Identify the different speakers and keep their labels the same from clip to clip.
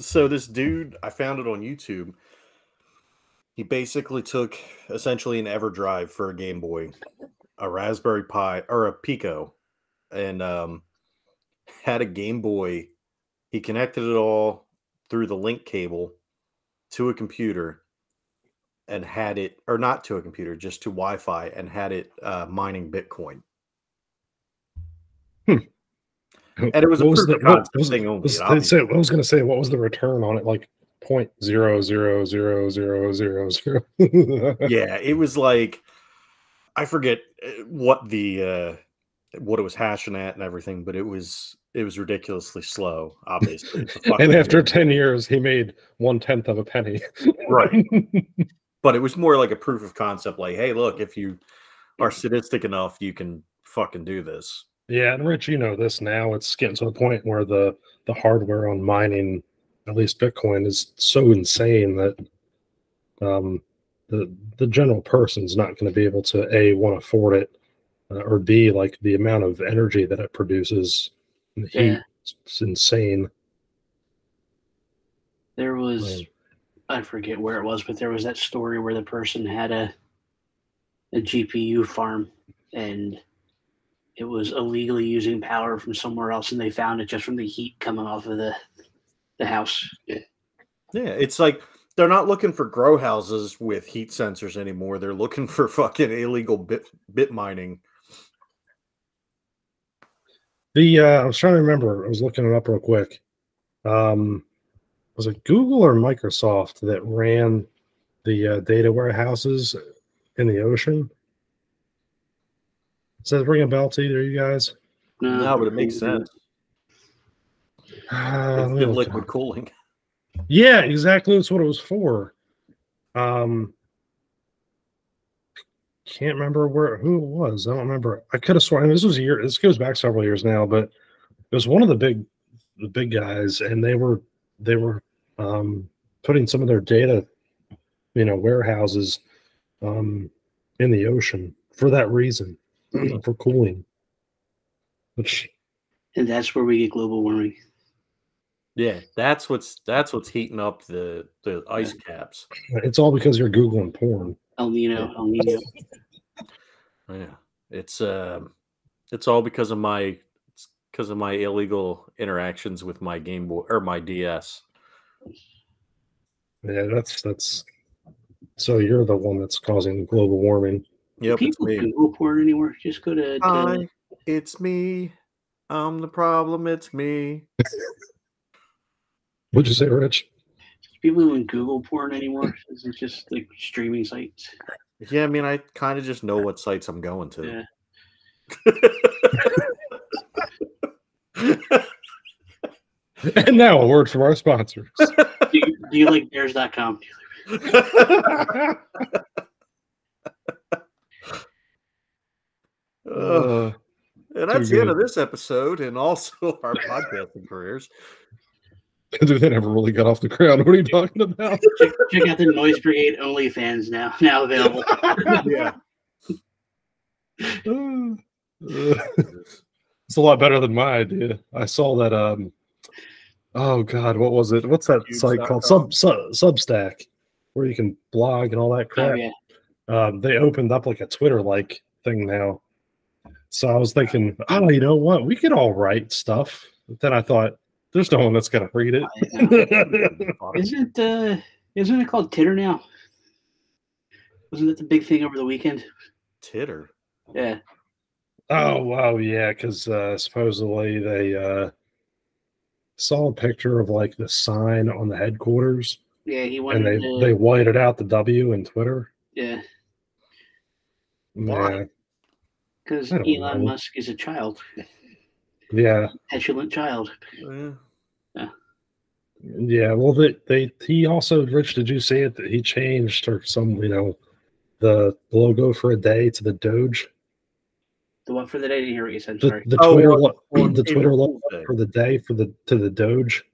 Speaker 1: so this dude, I found it on YouTube. He basically took essentially an EverDrive for a Game Boy, a Raspberry Pi or a Pico, and um, had a Game Boy. He connected it all through the link cable to a computer and had it, or not to a computer, just to Wi Fi, and had it uh, mining Bitcoin. And it was a
Speaker 2: What was
Speaker 1: proof of
Speaker 2: the-
Speaker 1: concept
Speaker 2: what was-
Speaker 1: thing only.
Speaker 2: was-
Speaker 1: obviously.
Speaker 2: so I was going to say, what was the return on it? Like point zero zero zero zero zero zero.
Speaker 1: yeah it was like i forget uh, what the uh what it was hashing at and everything but it was it was ridiculously slow obviously It's a fucking-
Speaker 2: and after ten years, he made one tenth of a penny.
Speaker 1: right but it was more like a proof of concept like hey look if you are sadistic enough you can fucking do this
Speaker 2: Yeah, and Rich, you know this now. It's getting to the point where the the hardware on mining, at least Bitcoin, is so insane that um, the the general person's not going to be able to a want to afford it, uh, or b like the amount of energy that it produces, and the heat,
Speaker 3: Yeah.
Speaker 2: it's insane.
Speaker 3: There was,
Speaker 2: Right.
Speaker 3: I forget where it was, but there was that story where the person had a a GPU farm and it was illegally using power from somewhere else, and they found it just from the heat coming off of the the house.
Speaker 1: yeah it's like they're not looking for grow houses with heat sensors anymore they're looking for fucking illegal bit bit mining
Speaker 2: The uh, I was trying to remember. I was looking it up real quick. Um, was it Google or Microsoft that ran the uh, data warehouses in the ocean? Does that ring a bell to either of you guys?
Speaker 3: Mm.
Speaker 1: no but it makes sense
Speaker 2: Uh, let
Speaker 1: it's
Speaker 2: me
Speaker 1: good
Speaker 2: look it
Speaker 1: liquid
Speaker 2: up.
Speaker 1: cooling
Speaker 2: Yeah, exactly. That's what it was for. Um, can't remember where who it was. I don't remember. I could have sworn this was a year. This goes back several years now, but it was one of the big, the big guys, and they were they were um, putting some of their data, you know, warehouses um, in the ocean for that reason, for cooling. Which
Speaker 3: And that's where we get global warming.
Speaker 1: Yeah, that's what's that's what's heating up the the ice caps.
Speaker 2: it's all because you're googling porn.
Speaker 3: El Nino, El Nino.
Speaker 1: Yeah, it's um, it's all because of my because of my illegal interactions with my Game Boy or my DS.
Speaker 2: Yeah, that's that's. So you're the one that's causing global warming.
Speaker 1: Yep, it's
Speaker 3: People
Speaker 1: me.
Speaker 3: can go porn anywhere. Just go to, to
Speaker 1: Hi, it's me. I'm the problem. It's me.
Speaker 2: Would you say, Rich?
Speaker 3: people who in Google porn anymore. It's just like streaming sites.
Speaker 1: Yeah, I mean, I kind of just know what sites I'm going to.
Speaker 2: And now a word from our sponsors.
Speaker 3: Do you, do you like bears.com?
Speaker 2: Uh,
Speaker 1: Ugh. and that's
Speaker 2: Uh, too
Speaker 1: the end of
Speaker 2: good.
Speaker 1: this episode, and also our podcasting careers.
Speaker 2: Dude, they never really got off the ground. What are you talking about?
Speaker 3: Check, check out the Noise Brigade OnlyFans now. Now available.
Speaker 1: Yeah.
Speaker 2: Uh, it's a lot better than my idea. I saw that. Um, oh God, what was it? What's that site called?
Speaker 1: Cubes.com?
Speaker 2: Sub, sub Substack, where you can blog and all that crap.
Speaker 3: Oh, yeah.
Speaker 2: um, they opened up like a Twitter like thing now. So I was thinking, oh, you know what? We could all write stuff. But then I thought, there's no one that's gonna read it.
Speaker 3: Isn't uh isn't it called Titter now? Wasn't that the big thing over the weekend?
Speaker 1: Titter.
Speaker 3: Yeah.
Speaker 2: oh wow, yeah, because uh, supposedly they uh, saw a picture of like the sign on the headquarters,
Speaker 3: Yeah, he
Speaker 2: and
Speaker 3: wanted
Speaker 2: they
Speaker 3: to,
Speaker 2: they whited out the W in Twitter.
Speaker 3: yeah,
Speaker 1: Why?
Speaker 2: Yeah,
Speaker 3: because
Speaker 2: I don't
Speaker 3: Elon
Speaker 2: know.
Speaker 3: Musk is a child,
Speaker 2: yeah,
Speaker 3: petulant child.
Speaker 1: Yeah.
Speaker 2: yeah. Well, they they he also Rich, did you see it? That he changed or some, you know, the logo for a day to the Doge.
Speaker 3: The one for the day I didn't hear what you said.
Speaker 2: the,
Speaker 3: Sorry.
Speaker 2: the
Speaker 1: Oh,
Speaker 2: Twitter
Speaker 1: on-
Speaker 2: lo-
Speaker 1: on
Speaker 2: the Twitter
Speaker 1: April
Speaker 2: logo
Speaker 1: Fool's Day.
Speaker 2: for the day for the to the Doge.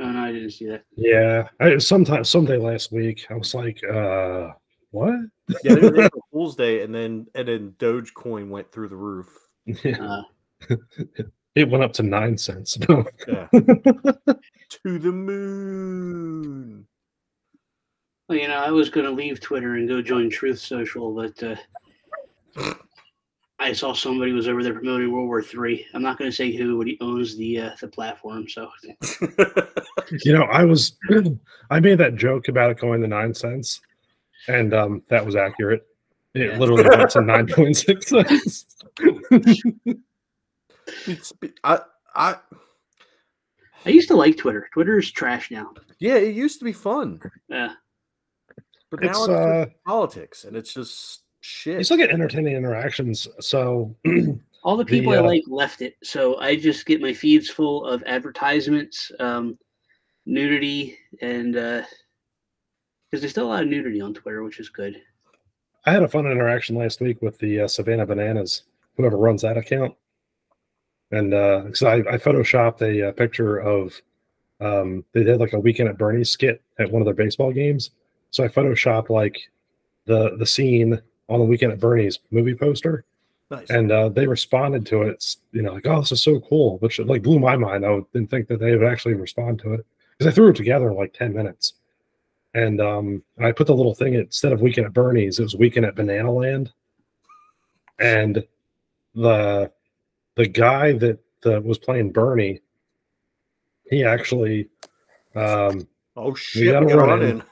Speaker 3: Oh no, I didn't see that.
Speaker 2: Yeah, I, sometime someday last week I was like, uh, what?
Speaker 1: Yeah, they were April Fool's Day, and then and then Dogecoin went through the roof.
Speaker 2: Yeah.
Speaker 3: Uh,
Speaker 2: It went up to nine cents. No.
Speaker 1: Yeah. to the moon.
Speaker 3: Well, you know, I was going to leave Twitter and go join Truth Social, but uh, I saw somebody was over there promoting World War Three. I'm not going to say who, but he owns the uh, the platform. So
Speaker 2: you know, I was I made that joke about it going to nine cents, and um, that was accurate. It
Speaker 3: Yeah.
Speaker 2: literally went to nine point six cents.
Speaker 1: It's be- I, I,
Speaker 3: I used to like Twitter. Twitter is trash now.
Speaker 1: yeah, it used to be fun,
Speaker 3: Yeah,
Speaker 1: but now
Speaker 2: It's
Speaker 1: it's,
Speaker 2: uh,
Speaker 1: just politics, and it's just
Speaker 2: you
Speaker 1: shit.
Speaker 2: still get entertaining interactions. So
Speaker 3: all the people
Speaker 2: The,
Speaker 3: I
Speaker 2: uh,
Speaker 3: like left it, so I just get my feeds full of advertisements, um, nudity, and because there's still a lot of nudity on Twitter, which is good.
Speaker 2: I had a fun interaction last week with the uh, Savannah Bananas, whoever runs that account. And uh, 'cause I, I photoshopped a, uh picture of, um, they did like a weekend at Bernie's skit at one of their baseball games. So I photoshopped like the the scene on the weekend at Bernie's movie poster,
Speaker 1: nice.
Speaker 2: and uh, they responded to it. It's, you know, like oh, this is so cool, which like blew my mind. I didn't think that they would actually respond to it because I threw it together in like ten minutes, and um, and I put the little thing instead of weekend at Bernie's, it was weekend at Banana Land, and the the guy that, that was playing Bernie, he actually. Um,
Speaker 1: oh shit,
Speaker 2: gotta
Speaker 1: we got a
Speaker 2: run
Speaker 1: run
Speaker 2: in.
Speaker 1: in.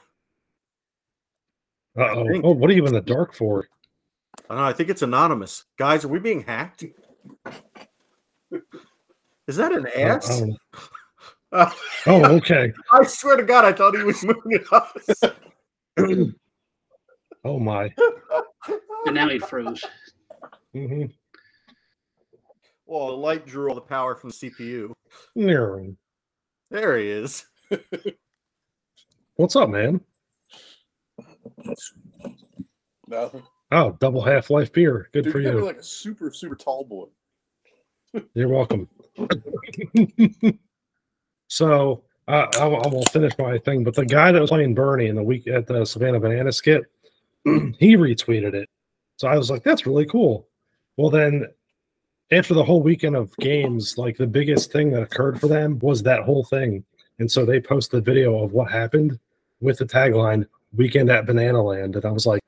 Speaker 2: uh-oh.
Speaker 1: think-
Speaker 2: oh, what are you in the dark for?
Speaker 1: I don't know. Uh, I think it's anonymous. Guys, are we being hacked? Is that an
Speaker 2: Uh,
Speaker 1: ass?
Speaker 2: I don't know.
Speaker 1: Uh,
Speaker 2: oh, okay.
Speaker 1: I swear to God, I thought he was moving us.
Speaker 2: Oh my.
Speaker 3: And now he froze.
Speaker 2: hmm
Speaker 1: well, the light drew all the power from the CPU. There he is.
Speaker 2: What's up, man?
Speaker 4: Nothing.
Speaker 2: Oh, double half life beer. Good
Speaker 4: Dude,
Speaker 2: for
Speaker 4: you gotta be
Speaker 2: you.
Speaker 4: like a super, super tall boy.
Speaker 2: You're welcome. so uh, I, will- I will finish my thing, but the guy that was playing Bernie in the week at the Savannah Banana skit, he retweeted it. So I was like, that's really cool. Well, then after the whole weekend of games, like the biggest thing that occurred for them was that whole thing. And so they posted the video of what happened with the tagline weekend at Banana Land. And I was like,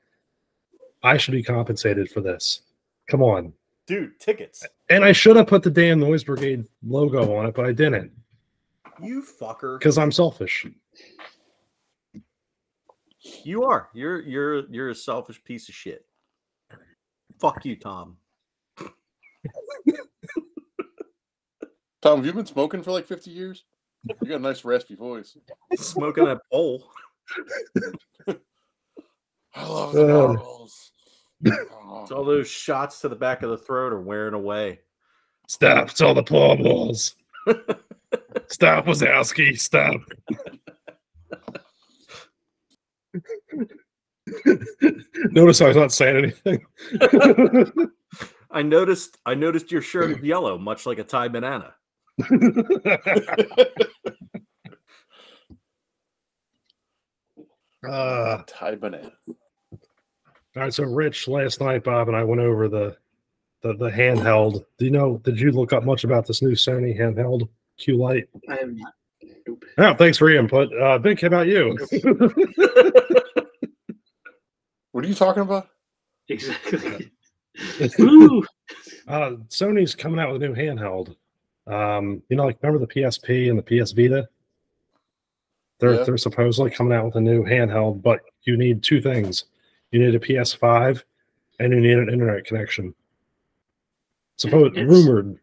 Speaker 2: I should be compensated for this. Come on.
Speaker 1: Dude, tickets.
Speaker 2: And I should have put the damn Noise Brigade logo on it, but I didn't
Speaker 1: You fucker.
Speaker 2: because I'm selfish.
Speaker 1: You are. You're you're you're a selfish piece of shit. Fuck you, Tom.
Speaker 4: Tom, have you been smoking for like 50 years? You got a nice raspy voice.
Speaker 1: Smoking that bowl.
Speaker 4: I love
Speaker 2: Uh.
Speaker 4: the Oh, marbles.
Speaker 1: It's all those shots to the back of the throat are wearing away.
Speaker 2: Stop! It's all the poor balls. stop, Wazowski! Stop. Notice I was not saying anything.
Speaker 1: I noticed I noticed your shirt is yellow, much like a Thai banana.
Speaker 2: uh,
Speaker 4: Thai banana.
Speaker 2: All right, so Rich, last night Bob and I went over the, the the handheld. Do you know? Did you look up much about this new Sony handheld Q Lite?
Speaker 3: I have not. Nope.
Speaker 2: Oh, thanks for your input. Uh, Big, how about you?
Speaker 4: What are you talking about?
Speaker 3: Exactly. Ooh.
Speaker 2: Uh, Sony's coming out with a new handheld. Um, you know, like remember the PSP and the PS Vita? They're
Speaker 4: Yeah.
Speaker 2: they're supposedly coming out with a new handheld, but you need two things. You need a PS5 and you need an internet connection. Supposed
Speaker 3: It's-
Speaker 2: rumored.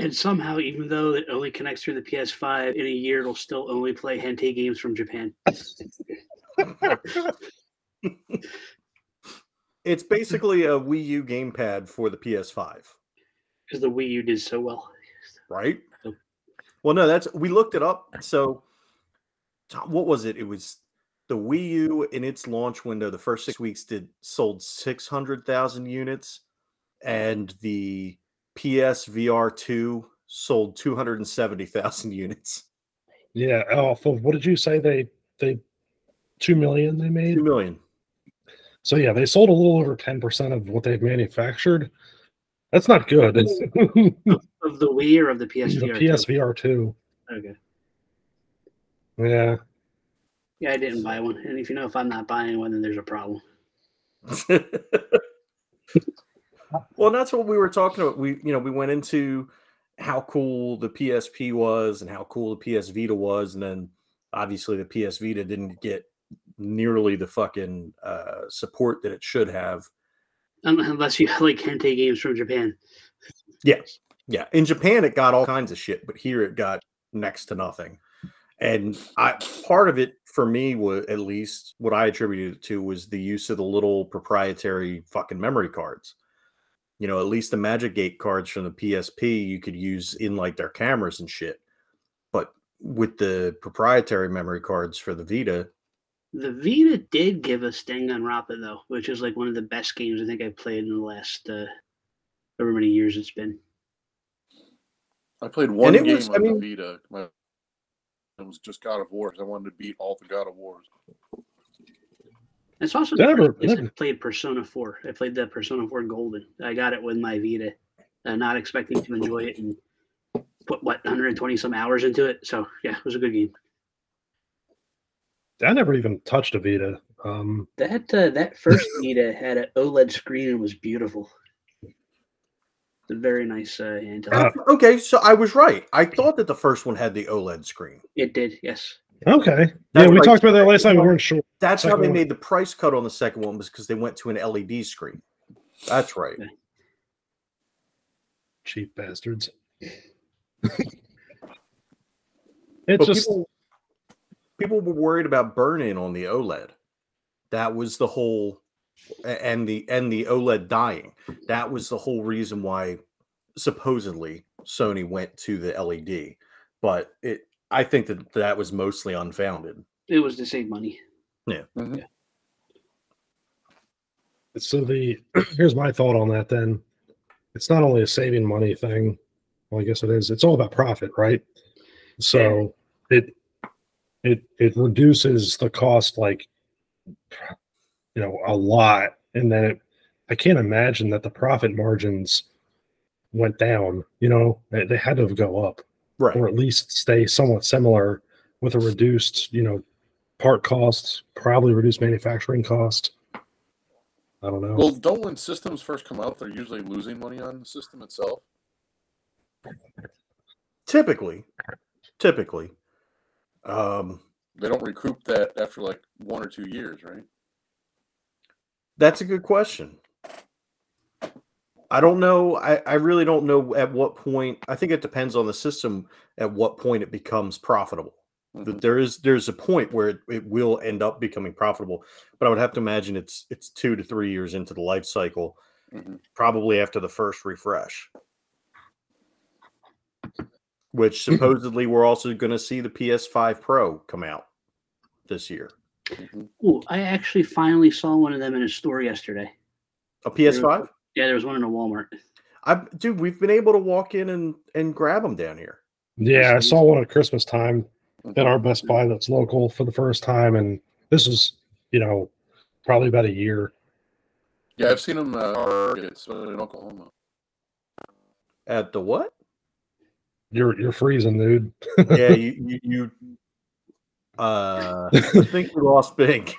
Speaker 3: And somehow, even though it only connects through the PS5, in a year it'll still only play hentai games from Japan.
Speaker 1: It's basically a Wii U gamepad for the PS5,
Speaker 3: Because the Wii U did so well.
Speaker 1: right?
Speaker 3: Nope.
Speaker 1: Well, no, that's we looked it up. So, Tom, what was it? It was the Wii U in its launch window. The first six weeks did sold six hundred thousand units, and the PSVR two sold two hundred and seventy thousand units.
Speaker 2: Yeah, off of what did you say they they two million they made?
Speaker 1: Two million.
Speaker 2: So yeah, they sold a little over ten percent of what they've manufactured, That's not good. It's the
Speaker 3: Of the Wii or of the PSVR? too?
Speaker 2: PSVR two.
Speaker 3: Okay.
Speaker 2: Yeah,
Speaker 3: Yeah, I didn't buy one. And if you know if I'm not buying one, then there's a problem.
Speaker 1: well, that's what we were talking about. We, you know, we went into how cool the PSP was and how cool the PS Vita was, and then obviously the PS Vita didn't get nearly the fucking uh, support that it should have.
Speaker 3: Un- Unless you like Kente games from Japan.
Speaker 1: Yeah, in Japan it got all kinds of shit, but here it got next to nothing. And I part of it for me was at least what I attributed it to was the use of the little proprietary fucking memory cards. You know, at least the Magic Gate cards from the PSP you could use in like their cameras and shit. But with the proprietary memory cards for the Vita,
Speaker 3: The Vita did give us Danganronpa though, which is like one of the best games I think I played in the last uh, however many years it's been.
Speaker 4: I played one
Speaker 1: it
Speaker 4: game
Speaker 1: was- I
Speaker 4: on
Speaker 1: mean-
Speaker 4: the Vita. My, it was just God of War. 'cause I wanted to beat all the God of Wars.
Speaker 3: It's also
Speaker 2: That
Speaker 3: the
Speaker 2: or-
Speaker 3: first place I
Speaker 2: that-
Speaker 3: played Persona 4. I played the Persona 4 Golden. I got it with my Vita, uh, not expecting to enjoy it, and put what 120 some hours into it. So yeah, it was a good game.
Speaker 2: I never even touched a Vita. Um,
Speaker 3: That uh, that first Vita had an OLED E screen and was beautiful. It's a very nice uh, handheld.
Speaker 2: Uh,
Speaker 1: okay, so I was right. I thought that the first one had the OLED screen.
Speaker 3: it did, yes.
Speaker 2: okay.
Speaker 1: That's
Speaker 2: Yeah, we
Speaker 1: right.
Speaker 2: talked about that last time. We weren't sure.
Speaker 1: That's how
Speaker 2: Second
Speaker 1: they
Speaker 2: one.
Speaker 1: made the price cut on the second one was because they went to an LED screen. That's right.
Speaker 2: Cheap bastards. It's
Speaker 1: But
Speaker 2: just
Speaker 1: people, people were worried about burn-in on the OLED. That was the whole, a- and the and the OLED dying. That was the whole reason why supposedly Sony went to the LED. But it, I think that that was mostly unfounded.
Speaker 3: It was to save money.
Speaker 2: So the here's my thought on that then. It's not only a saving money thing. Well, I guess it is. It's all about profit, right? So it it it reduces the cost like you know a lot and then it I can't imagine that the profit margins went down, you know. They, they had to go up
Speaker 1: Right.
Speaker 2: or at least stay somewhat similar with a reduced, you know, part costs, probably reduced manufacturing cost. I don't know.
Speaker 1: Oh.
Speaker 4: Well, don't when systems first come out, they're usually losing money on the system itself.
Speaker 1: Typically, typically, um,
Speaker 4: They don't recoup that after like one or two years, right?
Speaker 1: That's a good question. I don't know. I, I really don't know at what point. I think it depends on the system at what point it becomes profitable. That
Speaker 4: Mhm.
Speaker 1: there is there's a point where it, it will end up becoming profitable, but I would have to imagine it's it's two to three years into the life cycle,
Speaker 4: Mhm.
Speaker 1: probably after the first refresh. Which supposedly we're also going to see the PS5 Pro come out this year.
Speaker 4: Mhm.
Speaker 3: Ooh, I actually finally saw one of them in a store yesterday.
Speaker 1: A PS5?
Speaker 3: Yeah, there was one in a Walmart.
Speaker 1: I dude, we've been able to walk in and and grab them down here.
Speaker 2: Yeah, I
Speaker 3: Christmas.
Speaker 2: saw one at Christmas time at
Speaker 4: Mhm.
Speaker 2: our Best Buy that's local for the first time, and this was, you know, probably about a year.
Speaker 4: Yeah, I've seen them uh, targets, uh, in Oklahoma.
Speaker 1: At the what?
Speaker 2: You're you're freezing, dude.
Speaker 1: yeah, you you, you uh I think we lost Bink.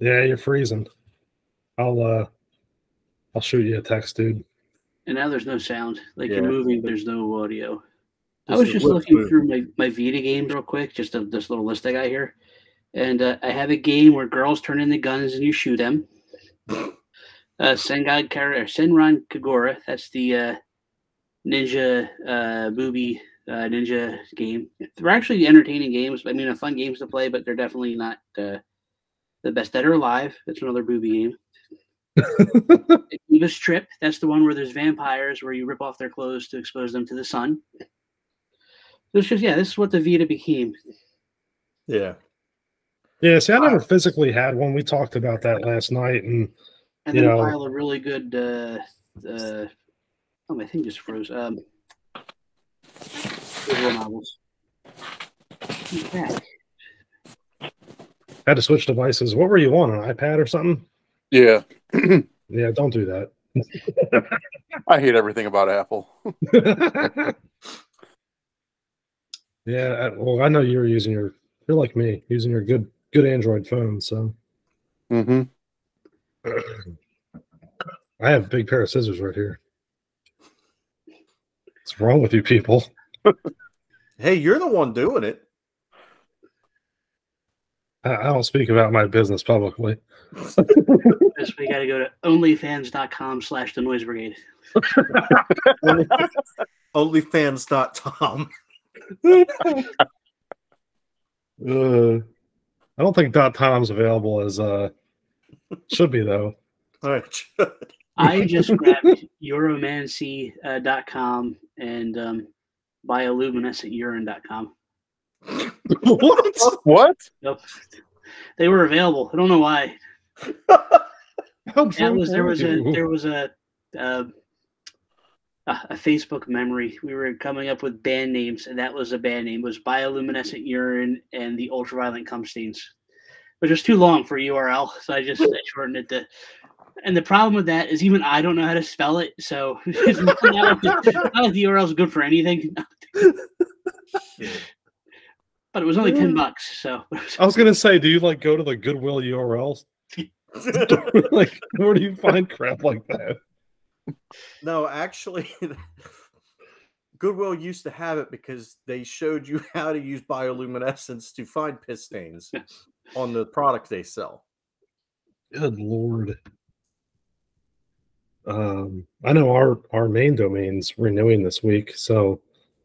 Speaker 2: Yeah, you're freezing. I'll uh, I'll shoot you a text, dude.
Speaker 3: And now there's no sound. Like you're
Speaker 1: Yeah.
Speaker 3: moving, but there's no audio. I
Speaker 1: Just
Speaker 3: was
Speaker 1: a
Speaker 3: just
Speaker 1: whip
Speaker 3: looking
Speaker 1: move.
Speaker 3: through my, my Vita games real quick, just a, this little list I got here. And uh, I have a game where girls turn in the guns and you shoot them. Uh, Sengai Kara, or Senran Kagura, that's the uh, ninja uh, booby uh, ninja game. They're actually entertaining games. I mean, they're fun games to play, but they're definitely not uh, the best that are alive. That's another booby game. Eva's Trip. That's the one where there's vampires where you rip off their clothes to expose them to the sun. This just yeah, this is what the Vita became.
Speaker 1: Yeah.
Speaker 2: Yeah, see, I never physically had one. We talked about that last night, and
Speaker 3: And then
Speaker 2: Yeah.
Speaker 3: a pile of really good uh uh oh my thing just froze. Um visual novels. Who's back?
Speaker 2: had to switch devices. What were you on? An iPad or something?
Speaker 4: Yeah.
Speaker 2: Yeah, don't do that.
Speaker 4: I hate everything about Apple.
Speaker 2: yeah, I- well, I know you're using your. You're like me, using your good good Android phone. So
Speaker 4: Mm-hmm.
Speaker 2: I have a big pair of scissors right here. What's wrong with you people?
Speaker 1: Hey, you're the one doing it.
Speaker 2: I, I don't speak about my business publicly.
Speaker 3: Yes, we got to go to onlyfans.com slash the noise brigade.
Speaker 1: Onlyfans.com.
Speaker 2: Uh, I don't think dot com's available as uh should be though.
Speaker 1: All right.
Speaker 3: I just grabbed euromancy.com and um, bioluminescenturine.com.
Speaker 2: what?
Speaker 4: What?
Speaker 3: Yep. They were available. I don't know why.
Speaker 2: How
Speaker 3: That
Speaker 2: drunk
Speaker 3: was there
Speaker 2: were
Speaker 3: was a
Speaker 2: you?
Speaker 3: there was a uh, a a Facebook memory. We were coming up with band names, and that was a band name was bioluminescent urine and the ultraviolet cum stains, which was too long for URL, so I just I shortened it to. And the problem with that is even I don't know how to spell it, so it's not like the, not like the URL is good for anything. but it was only ten bucks, so
Speaker 2: I was gonna say, do you like go to the Goodwill URLs? like, where do you find crap like that?
Speaker 1: no, actually, Goodwill used to have it because they showed you how to use bioluminescence to find piss stains on the product they sell.
Speaker 2: Good lord. Um, I know our our main domain's renewing this week, so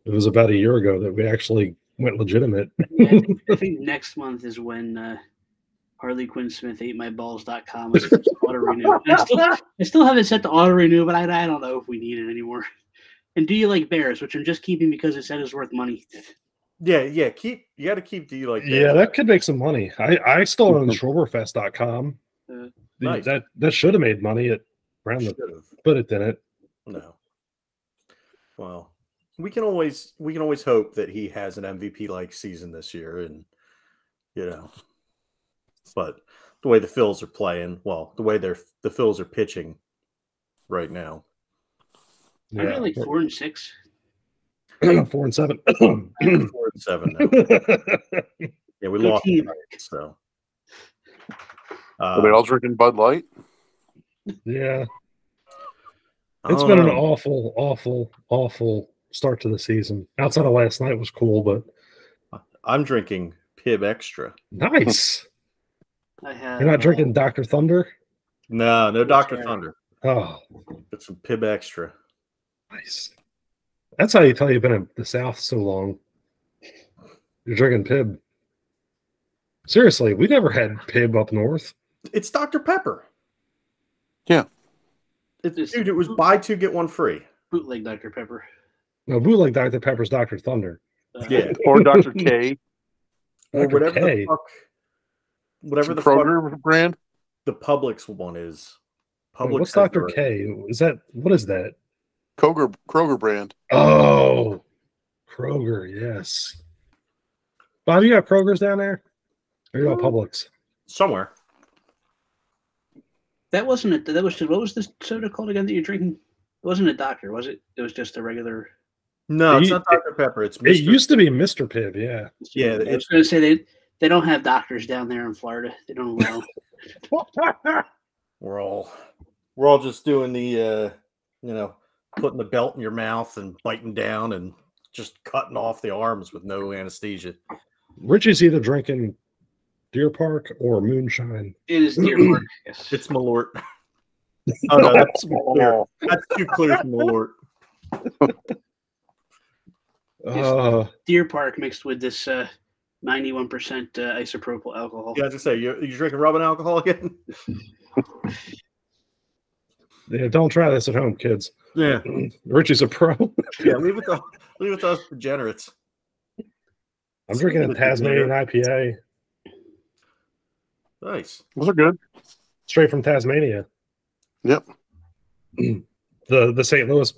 Speaker 2: it was about a year ago that we actually went legitimate.
Speaker 3: Yeah, I think- I think next month is when uh, Harley Quinn Smith ate my balls.com is auto renew. I still, I still have it set to auto renew, but I, I don't know if we need it anymore. And do you like bears, which I'm just keeping because it said it's worth money.
Speaker 1: Yeah, yeah. Keep you got to keep the like.
Speaker 2: yeah, that could make some money. I I still own Schroberfest.com.
Speaker 3: Uh,
Speaker 1: Nice.
Speaker 2: That that should have made money at around the
Speaker 1: Should've.
Speaker 2: but it didn't.
Speaker 1: No. Well, we can always we can always hope that he has an MVP like season this year, and you know, but the way the Phils are playing, well, the way they're the Phils are pitching right now.
Speaker 3: I got like four and six.
Speaker 2: four and seven. yeah,
Speaker 1: Four and seven. Now. Yeah, we
Speaker 3: Hmm. Good
Speaker 1: lost
Speaker 3: team.
Speaker 1: tonight, so. Uh,
Speaker 4: Are they all drinking Bud Light?
Speaker 2: it's been an
Speaker 1: all.
Speaker 2: awful, awful, awful start to the season. Outside of last night was cool, but
Speaker 1: I'm drinking Pib Extra.
Speaker 2: nice.
Speaker 3: I have.
Speaker 2: You're not drinking Dr. Thunder?
Speaker 1: No, no,
Speaker 3: That's
Speaker 1: Doctor
Speaker 3: right.
Speaker 1: Thunder.
Speaker 2: Oh,
Speaker 1: It's some Pib Extra.
Speaker 2: nice. That's how you tell you've been in the South so long. You're drinking Pib. Seriously, we never had Pib up north.
Speaker 1: It's Dr Pepper.
Speaker 4: Yeah.
Speaker 1: It,
Speaker 3: This-
Speaker 1: dude, it was buy two get one free.
Speaker 3: bootleg Dr. Pepper.
Speaker 2: No, bootleg Dr. Pepper's Dr. Thunder.
Speaker 3: Uh,
Speaker 1: Yeah,
Speaker 4: Or Dr. K?
Speaker 1: or
Speaker 2: Dr.
Speaker 1: whatever the
Speaker 2: K.
Speaker 1: fuck, whatever the fuck
Speaker 4: Kroger brand?
Speaker 1: the Publix one is.
Speaker 2: Wait,
Speaker 1: Publix.
Speaker 2: What's
Speaker 1: has
Speaker 2: Dr.
Speaker 1: their-
Speaker 2: K? Is that what is that?
Speaker 4: Kroger, Kroger brand.
Speaker 2: Oh, Kroger, yes. Bob, you got Kroger's down there? Or you got Publix?
Speaker 1: Somewhere.
Speaker 3: That wasn't it. That was just, what was this soda called again that you're drinking? It wasn't a doctor, was it? It was just a regular.
Speaker 1: No,
Speaker 2: It
Speaker 1: it's
Speaker 2: u-
Speaker 1: not Dr Pepper. It's
Speaker 2: It
Speaker 1: Mr.
Speaker 2: used to be Mr. Pibb, yeah.
Speaker 1: Yeah,
Speaker 3: I was
Speaker 1: it's-
Speaker 3: going to say they, they don't have doctors down there in Florida. They don't allow.
Speaker 1: we're all we're all just doing the uh, you know putting the belt in your mouth and biting down and just cutting off the arms with no anesthesia.
Speaker 2: Richie's either drinking Deer Park or Moonshine.
Speaker 3: It is deer park. Yes.
Speaker 1: It's Malort. oh no, that's,
Speaker 4: Oh,
Speaker 1: that's too clear from Malort.
Speaker 2: Uh,
Speaker 3: Deer Park mixed with this uh, 91% uh, isopropyl alcohol.
Speaker 1: Yeah, I was gonna say you you drinking rubbing alcohol again?
Speaker 2: yeah, don't try this at home, kids.
Speaker 1: Yeah,
Speaker 2: Richie's a pro.
Speaker 1: yeah. Leave it to leave it to us degenerates.
Speaker 2: I'm drinking a Tasmanian IPA
Speaker 1: Nice.
Speaker 4: Those are good.
Speaker 2: straight from Tasmania.
Speaker 4: Yep.
Speaker 2: The the St. Louis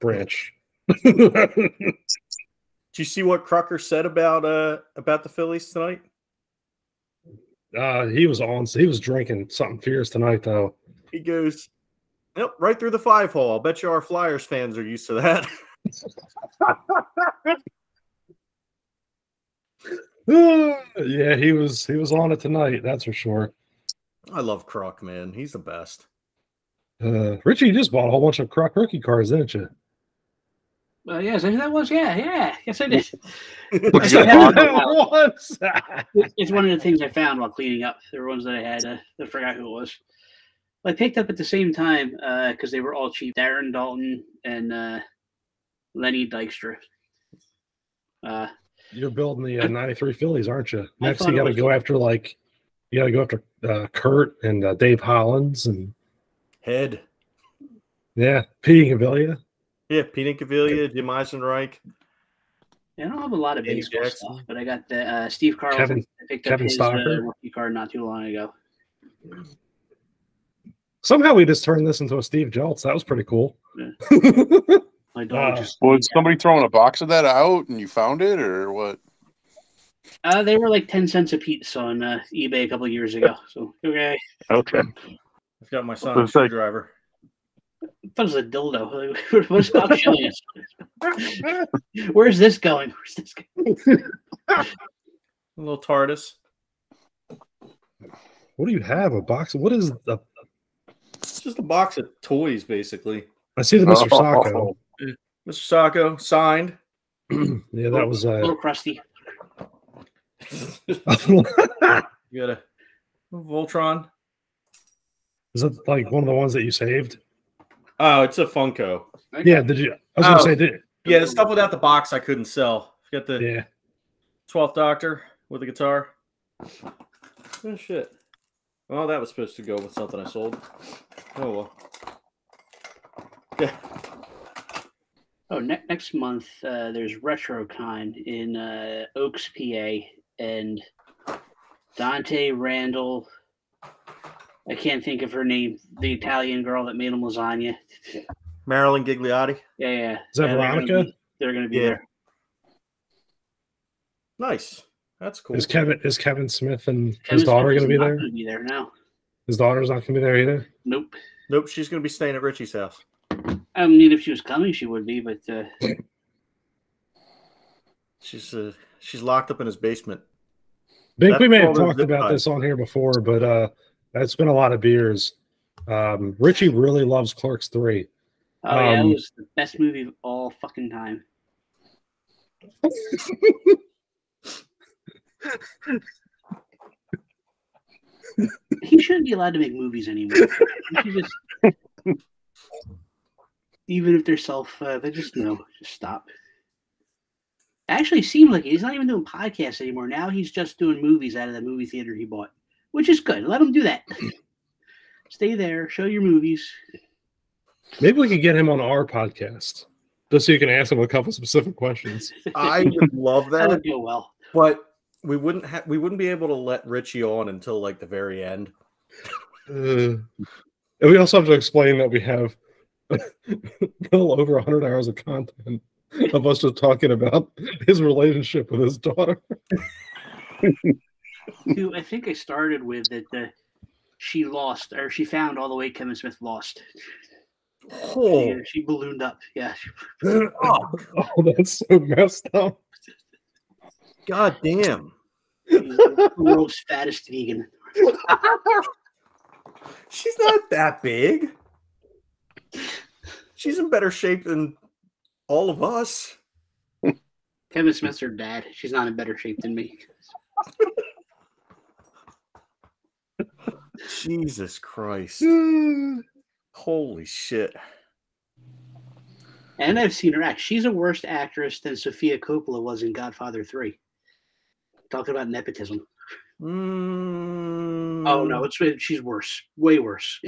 Speaker 2: branch.
Speaker 1: Did you see what Crocker said about uh about the Phillies tonight?
Speaker 2: Uh, he was on. He was drinking something fierce tonight, though.
Speaker 1: He goes, Yep, right through the five hole. I'll bet you our Flyers fans are used to that.
Speaker 2: yeah, he was he was on it tonight. That's for sure.
Speaker 1: I love Croc, man. He's the best.
Speaker 2: Uh, Richie, you just bought a whole bunch of Croc rookie cards, didn't you?
Speaker 3: Well, yeah, is that who that was? Yeah, yeah. Yes, I did.
Speaker 4: What, you
Speaker 3: Yeah.
Speaker 4: got a bond?
Speaker 2: was.
Speaker 3: It's- it's one of the things I found while cleaning up. There were ones that I had. Uh, I forgot who it was. I picked up at the same time because they were all cheap. Darren Dalton and uh, Lenny Dykstra. Uh,
Speaker 2: You're building the uh, '93 Phillies, aren't you?
Speaker 3: I
Speaker 2: Next,
Speaker 3: thought
Speaker 2: you
Speaker 3: it
Speaker 2: got to
Speaker 3: was-
Speaker 2: go after like you got to go after uh, Kurt and uh, Dave Hollins and
Speaker 1: Head.
Speaker 2: yeah, Pete Cavilla.
Speaker 1: Yeah, Pete Cavilla, Jim Eisenreich.
Speaker 3: I don't have a lot of
Speaker 1: Danny
Speaker 3: baseball
Speaker 1: Jackson.
Speaker 3: stuff, but I got the uh, Steve Carlton.
Speaker 2: Kevin-
Speaker 3: I picked
Speaker 2: Kevin
Speaker 3: up his
Speaker 2: Stocker.
Speaker 3: uh, rookie card not too long ago.
Speaker 2: Somehow we just turned this into a Steve Jeltz. That was pretty cool.
Speaker 3: Yeah.
Speaker 2: Yeah,
Speaker 3: My dog
Speaker 2: Ah.
Speaker 3: just.
Speaker 4: Was somebody throwing a box of that out and you found it or what?
Speaker 3: Uh, they were like ten cents a piece on uh, eBay a couple years ago. So okay,
Speaker 4: Okay.
Speaker 1: I've got my
Speaker 4: the
Speaker 1: sonic
Speaker 4: sec-
Speaker 1: screwdriver.
Speaker 3: that was a dildo. What- Stop showing us. Where's this going? Where's this going?
Speaker 1: A little TARDIS.
Speaker 2: what do you have? A box? What is the?
Speaker 1: It's just a box of toys, basically.
Speaker 2: I see the Mr.
Speaker 4: Oh.
Speaker 2: Sacco.
Speaker 1: Mr. Sacco signed.
Speaker 2: yeah, that was
Speaker 3: A
Speaker 2: uh,
Speaker 3: little crusty.
Speaker 1: You got a Voltron.
Speaker 2: is it like one of the ones that you saved?
Speaker 1: Oh, it's a Funko.
Speaker 2: Yeah, did you? I was gonna
Speaker 1: Oh.
Speaker 2: say, did
Speaker 1: Yeah, the stuff without the box I couldn't sell. I've got the
Speaker 2: yeah.
Speaker 1: 12th Doctor with a guitar. Oh, shit. Oh, that was supposed to go with something I sold. Oh, well. Yeah.
Speaker 3: Oh, ne- next month uh, there's RetroCon in uh, Oaks, PA, and Dante Randall. I can't think of her name. The Italian girl that made him lasagna. Yeah,
Speaker 1: Marilyn Gigliotti.
Speaker 3: yeah.
Speaker 2: Is that
Speaker 3: yeah, they're gonna
Speaker 2: Veronica?
Speaker 3: be- They're going to be
Speaker 1: Yeah.
Speaker 3: there.
Speaker 1: Nice. That's cool.
Speaker 2: Is Kevin is Kevin Smith and
Speaker 3: Kevin
Speaker 2: his daughter
Speaker 3: Smith
Speaker 2: going to be
Speaker 3: is not
Speaker 2: there?
Speaker 3: gonna be there now.
Speaker 2: His daughter's not going to be there either.
Speaker 3: Nope.
Speaker 1: Nope, she's going to be staying at Richie's house.
Speaker 3: I mean, if she was coming, she would be, but uh,
Speaker 1: She's uh, she's locked up in his basement.
Speaker 2: I think we
Speaker 1: That's
Speaker 2: may have
Speaker 1: called a
Speaker 2: talked
Speaker 1: zip
Speaker 2: about
Speaker 1: tie.
Speaker 2: this on here before, but uh, that's been a lot of beers. Um, Richie really loves Clerks Three.
Speaker 3: oh yeah, it
Speaker 2: Um,
Speaker 3: was the best movie of all fucking time. he shouldn't be allowed to make movies anymore. He should just, even if they're self, uh, they just no, just stop. Actually, seems like he's not even doing podcasts anymore. Now he's just doing movies out of the movie theater he bought, which is good. Let him do that. Stay there, show your movies.
Speaker 2: Maybe we could get him on our podcast just so you can ask him a couple specific questions.
Speaker 1: I would love that,
Speaker 3: that would go well.
Speaker 1: but we wouldn't have we wouldn't be able to let Richie on until like the very end.
Speaker 2: Uh, and we also have to explain that we have well over 100 hours of content of us just talking about his relationship with his daughter.
Speaker 3: who I think I started with that uh, she lost or she found all the way Kevin Smith lost. She,
Speaker 1: Oh,
Speaker 3: she ballooned up. Yeah.
Speaker 2: oh, that's so messed up.
Speaker 1: god damn.
Speaker 3: She's the world's fattest vegan.
Speaker 1: She's not that big. She's in better shape than all of us.
Speaker 3: Kevin Smith's her dad. She's not in better shape than me.
Speaker 1: Jesus Christ.
Speaker 2: That's
Speaker 1: Holy shit.
Speaker 3: And I've seen her act. She's a worse actress than Sophia Coppola was in Godfather 3. Talking about nepotism.
Speaker 1: Hmm.
Speaker 3: Oh,
Speaker 1: Mm.
Speaker 3: no, it's she's worse. Way worse.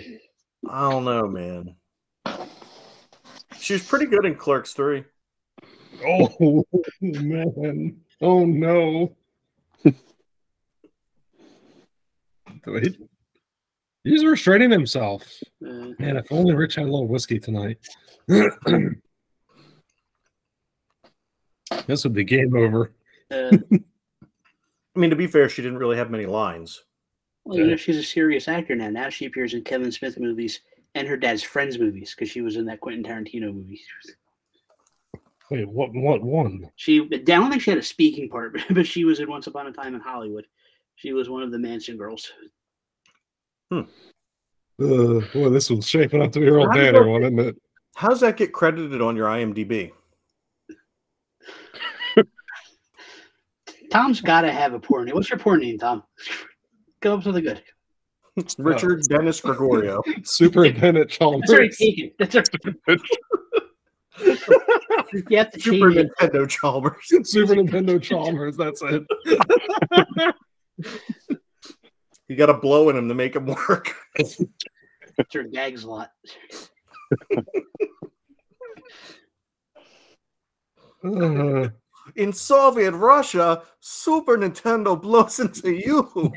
Speaker 1: I don't know, man. She was pretty good in Clerks 3.
Speaker 2: Oh man! Oh no! Wait. He's restraining himself.
Speaker 3: Uh,
Speaker 2: Man, if only Rich had a little whiskey tonight. this would be game over.
Speaker 3: uh,
Speaker 1: I mean, to be fair, she didn't really have many lines.
Speaker 3: Well, you know, she's a serious actor now. Now she appears in Kevin Smith movies and her dad's Friends movies because she was in that Quentin Tarantino movie.
Speaker 2: Wait, what? What one?
Speaker 3: She, I don't think she had a speaking part, but she was in Once Upon a Time in Hollywood. She was one of the Manson girls.
Speaker 2: Uh, boy, this was shaping up to be a real
Speaker 1: How do you
Speaker 2: banner
Speaker 1: know-
Speaker 2: one, isn't it?
Speaker 1: How does that get credited on your IMDb?
Speaker 3: Tom's got to have a porn name. What's your porn name, Tom? Come up with something good.
Speaker 1: Richard Dennis Gregorio.
Speaker 2: Superintendent Chalmers.
Speaker 3: That's already taken. That's already. you have to
Speaker 1: Super
Speaker 3: change it.
Speaker 1: Nintendo Chalmers.
Speaker 2: Super Nintendo Chalmers. That's it.
Speaker 1: You got to blow in him to make him work.
Speaker 3: It's her gags lot.
Speaker 2: Uh,
Speaker 1: In Soviet Russia, Super Nintendo blows into you.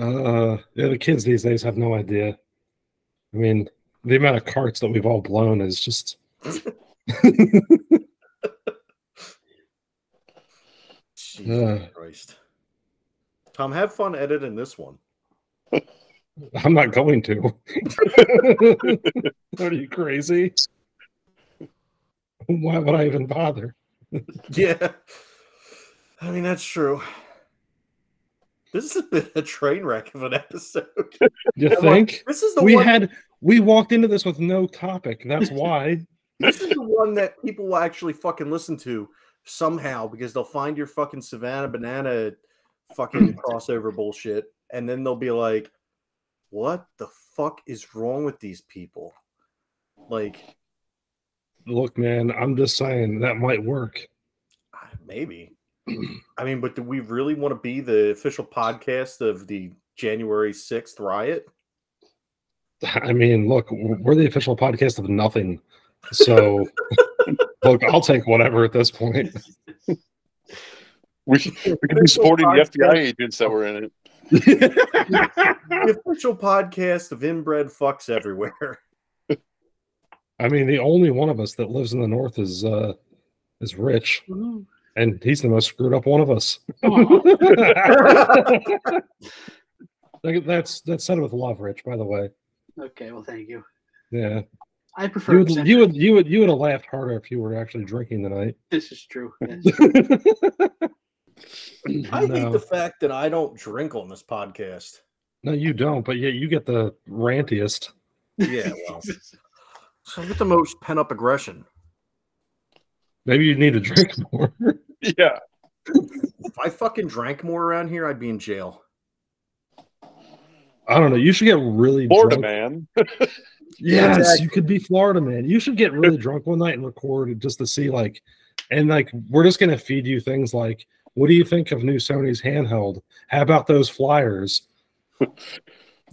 Speaker 2: uh, yeah, the kids these days have no idea. I mean, the amount of carts that we've all blown is just.
Speaker 1: Jesus
Speaker 2: Ugh.
Speaker 1: Christ. Tom, have fun editing this one.
Speaker 2: I'm not going to. Are you crazy? Why would I even bother?
Speaker 1: Yeah. I mean, that's true. This has been a train wreck of an episode.
Speaker 2: You
Speaker 1: Come on.
Speaker 2: think
Speaker 1: This is the
Speaker 2: we
Speaker 1: one
Speaker 2: had we walked into this with no topic? That's why.
Speaker 1: this is the one that people will actually fucking listen to somehow because they'll find your fucking Savannah Banana fucking crossover bullshit and then they'll be like, what the fuck is wrong with these people? Like,
Speaker 2: Look, man, I'm just saying that might work.
Speaker 1: I- maybe. I mean, but do we really want to be the official podcast of the January 6th riot?
Speaker 2: I mean, look, we're the official podcast of nothing. So, look, I'll take whatever at this point.
Speaker 4: We, we could be supporting the FBI agents that were in it.
Speaker 1: The official podcast of inbred fucks everywhere.
Speaker 2: I mean, the only one of us that lives in the north is uh is rich,
Speaker 3: Ooh.
Speaker 2: and he's the most screwed up one of us.
Speaker 3: Aw.
Speaker 2: Like, that's that's said with love, Rich. By the way,
Speaker 3: okay, well, thank you.
Speaker 2: yeah,
Speaker 3: I prefer
Speaker 2: you would
Speaker 3: eccentric.
Speaker 2: you would you would you would have laughed harder if you were actually drinking tonight.
Speaker 3: This is true. Yes.
Speaker 1: I hate
Speaker 2: no,
Speaker 1: the fact that I don't drink on this podcast.
Speaker 2: no, you don't. But yeah, you get the rantiest.
Speaker 1: Yeah, well. So I get the most pent up aggression.
Speaker 2: Maybe you need to drink more.
Speaker 4: Yeah.
Speaker 1: If I fucking drank more around here, I'd be in jail.
Speaker 2: I don't know. You should get really
Speaker 4: Florida
Speaker 2: drunk.
Speaker 4: man.
Speaker 2: Yes,
Speaker 1: Exactly.
Speaker 2: you could be Florida man. You should get really drunk one night and record it just to see like, and like we're just gonna feed you things like, what do you think of new Sony's handheld? How about those flyers?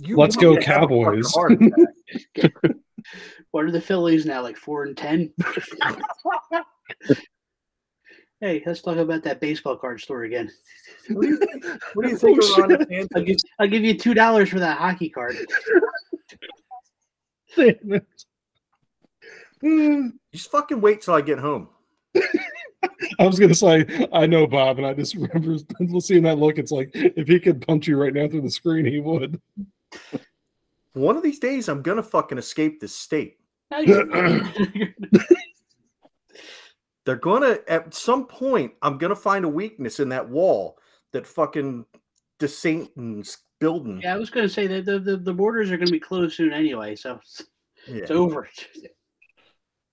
Speaker 1: You
Speaker 2: Let's
Speaker 1: want
Speaker 2: go
Speaker 1: to have a fucking
Speaker 2: Cowboys.
Speaker 1: heart attack.
Speaker 3: What are the Phillies now? Like four and ten? hey, let's talk about that baseball card store again.
Speaker 1: what, do you, what do you think
Speaker 2: Oh,
Speaker 1: of Ron
Speaker 3: I'll
Speaker 1: DeSantis?
Speaker 3: give, I'll give you two dollars for that hockey card.
Speaker 2: I
Speaker 1: Just fucking wait till I get home.
Speaker 2: was gonna say, I know Bob, and I just remember seeing that look. It's like if he could punch you right now through the screen, he would.
Speaker 1: One of these days, I'm gonna fucking escape this state.
Speaker 3: Now you-
Speaker 1: They're gonna, at some point, I'm gonna find a weakness in that wall that fucking DeSantis building.
Speaker 3: yeah, I was going to say that the, the, the borders are going to be closed soon anyway, so it's,
Speaker 1: Yeah.
Speaker 3: it's over.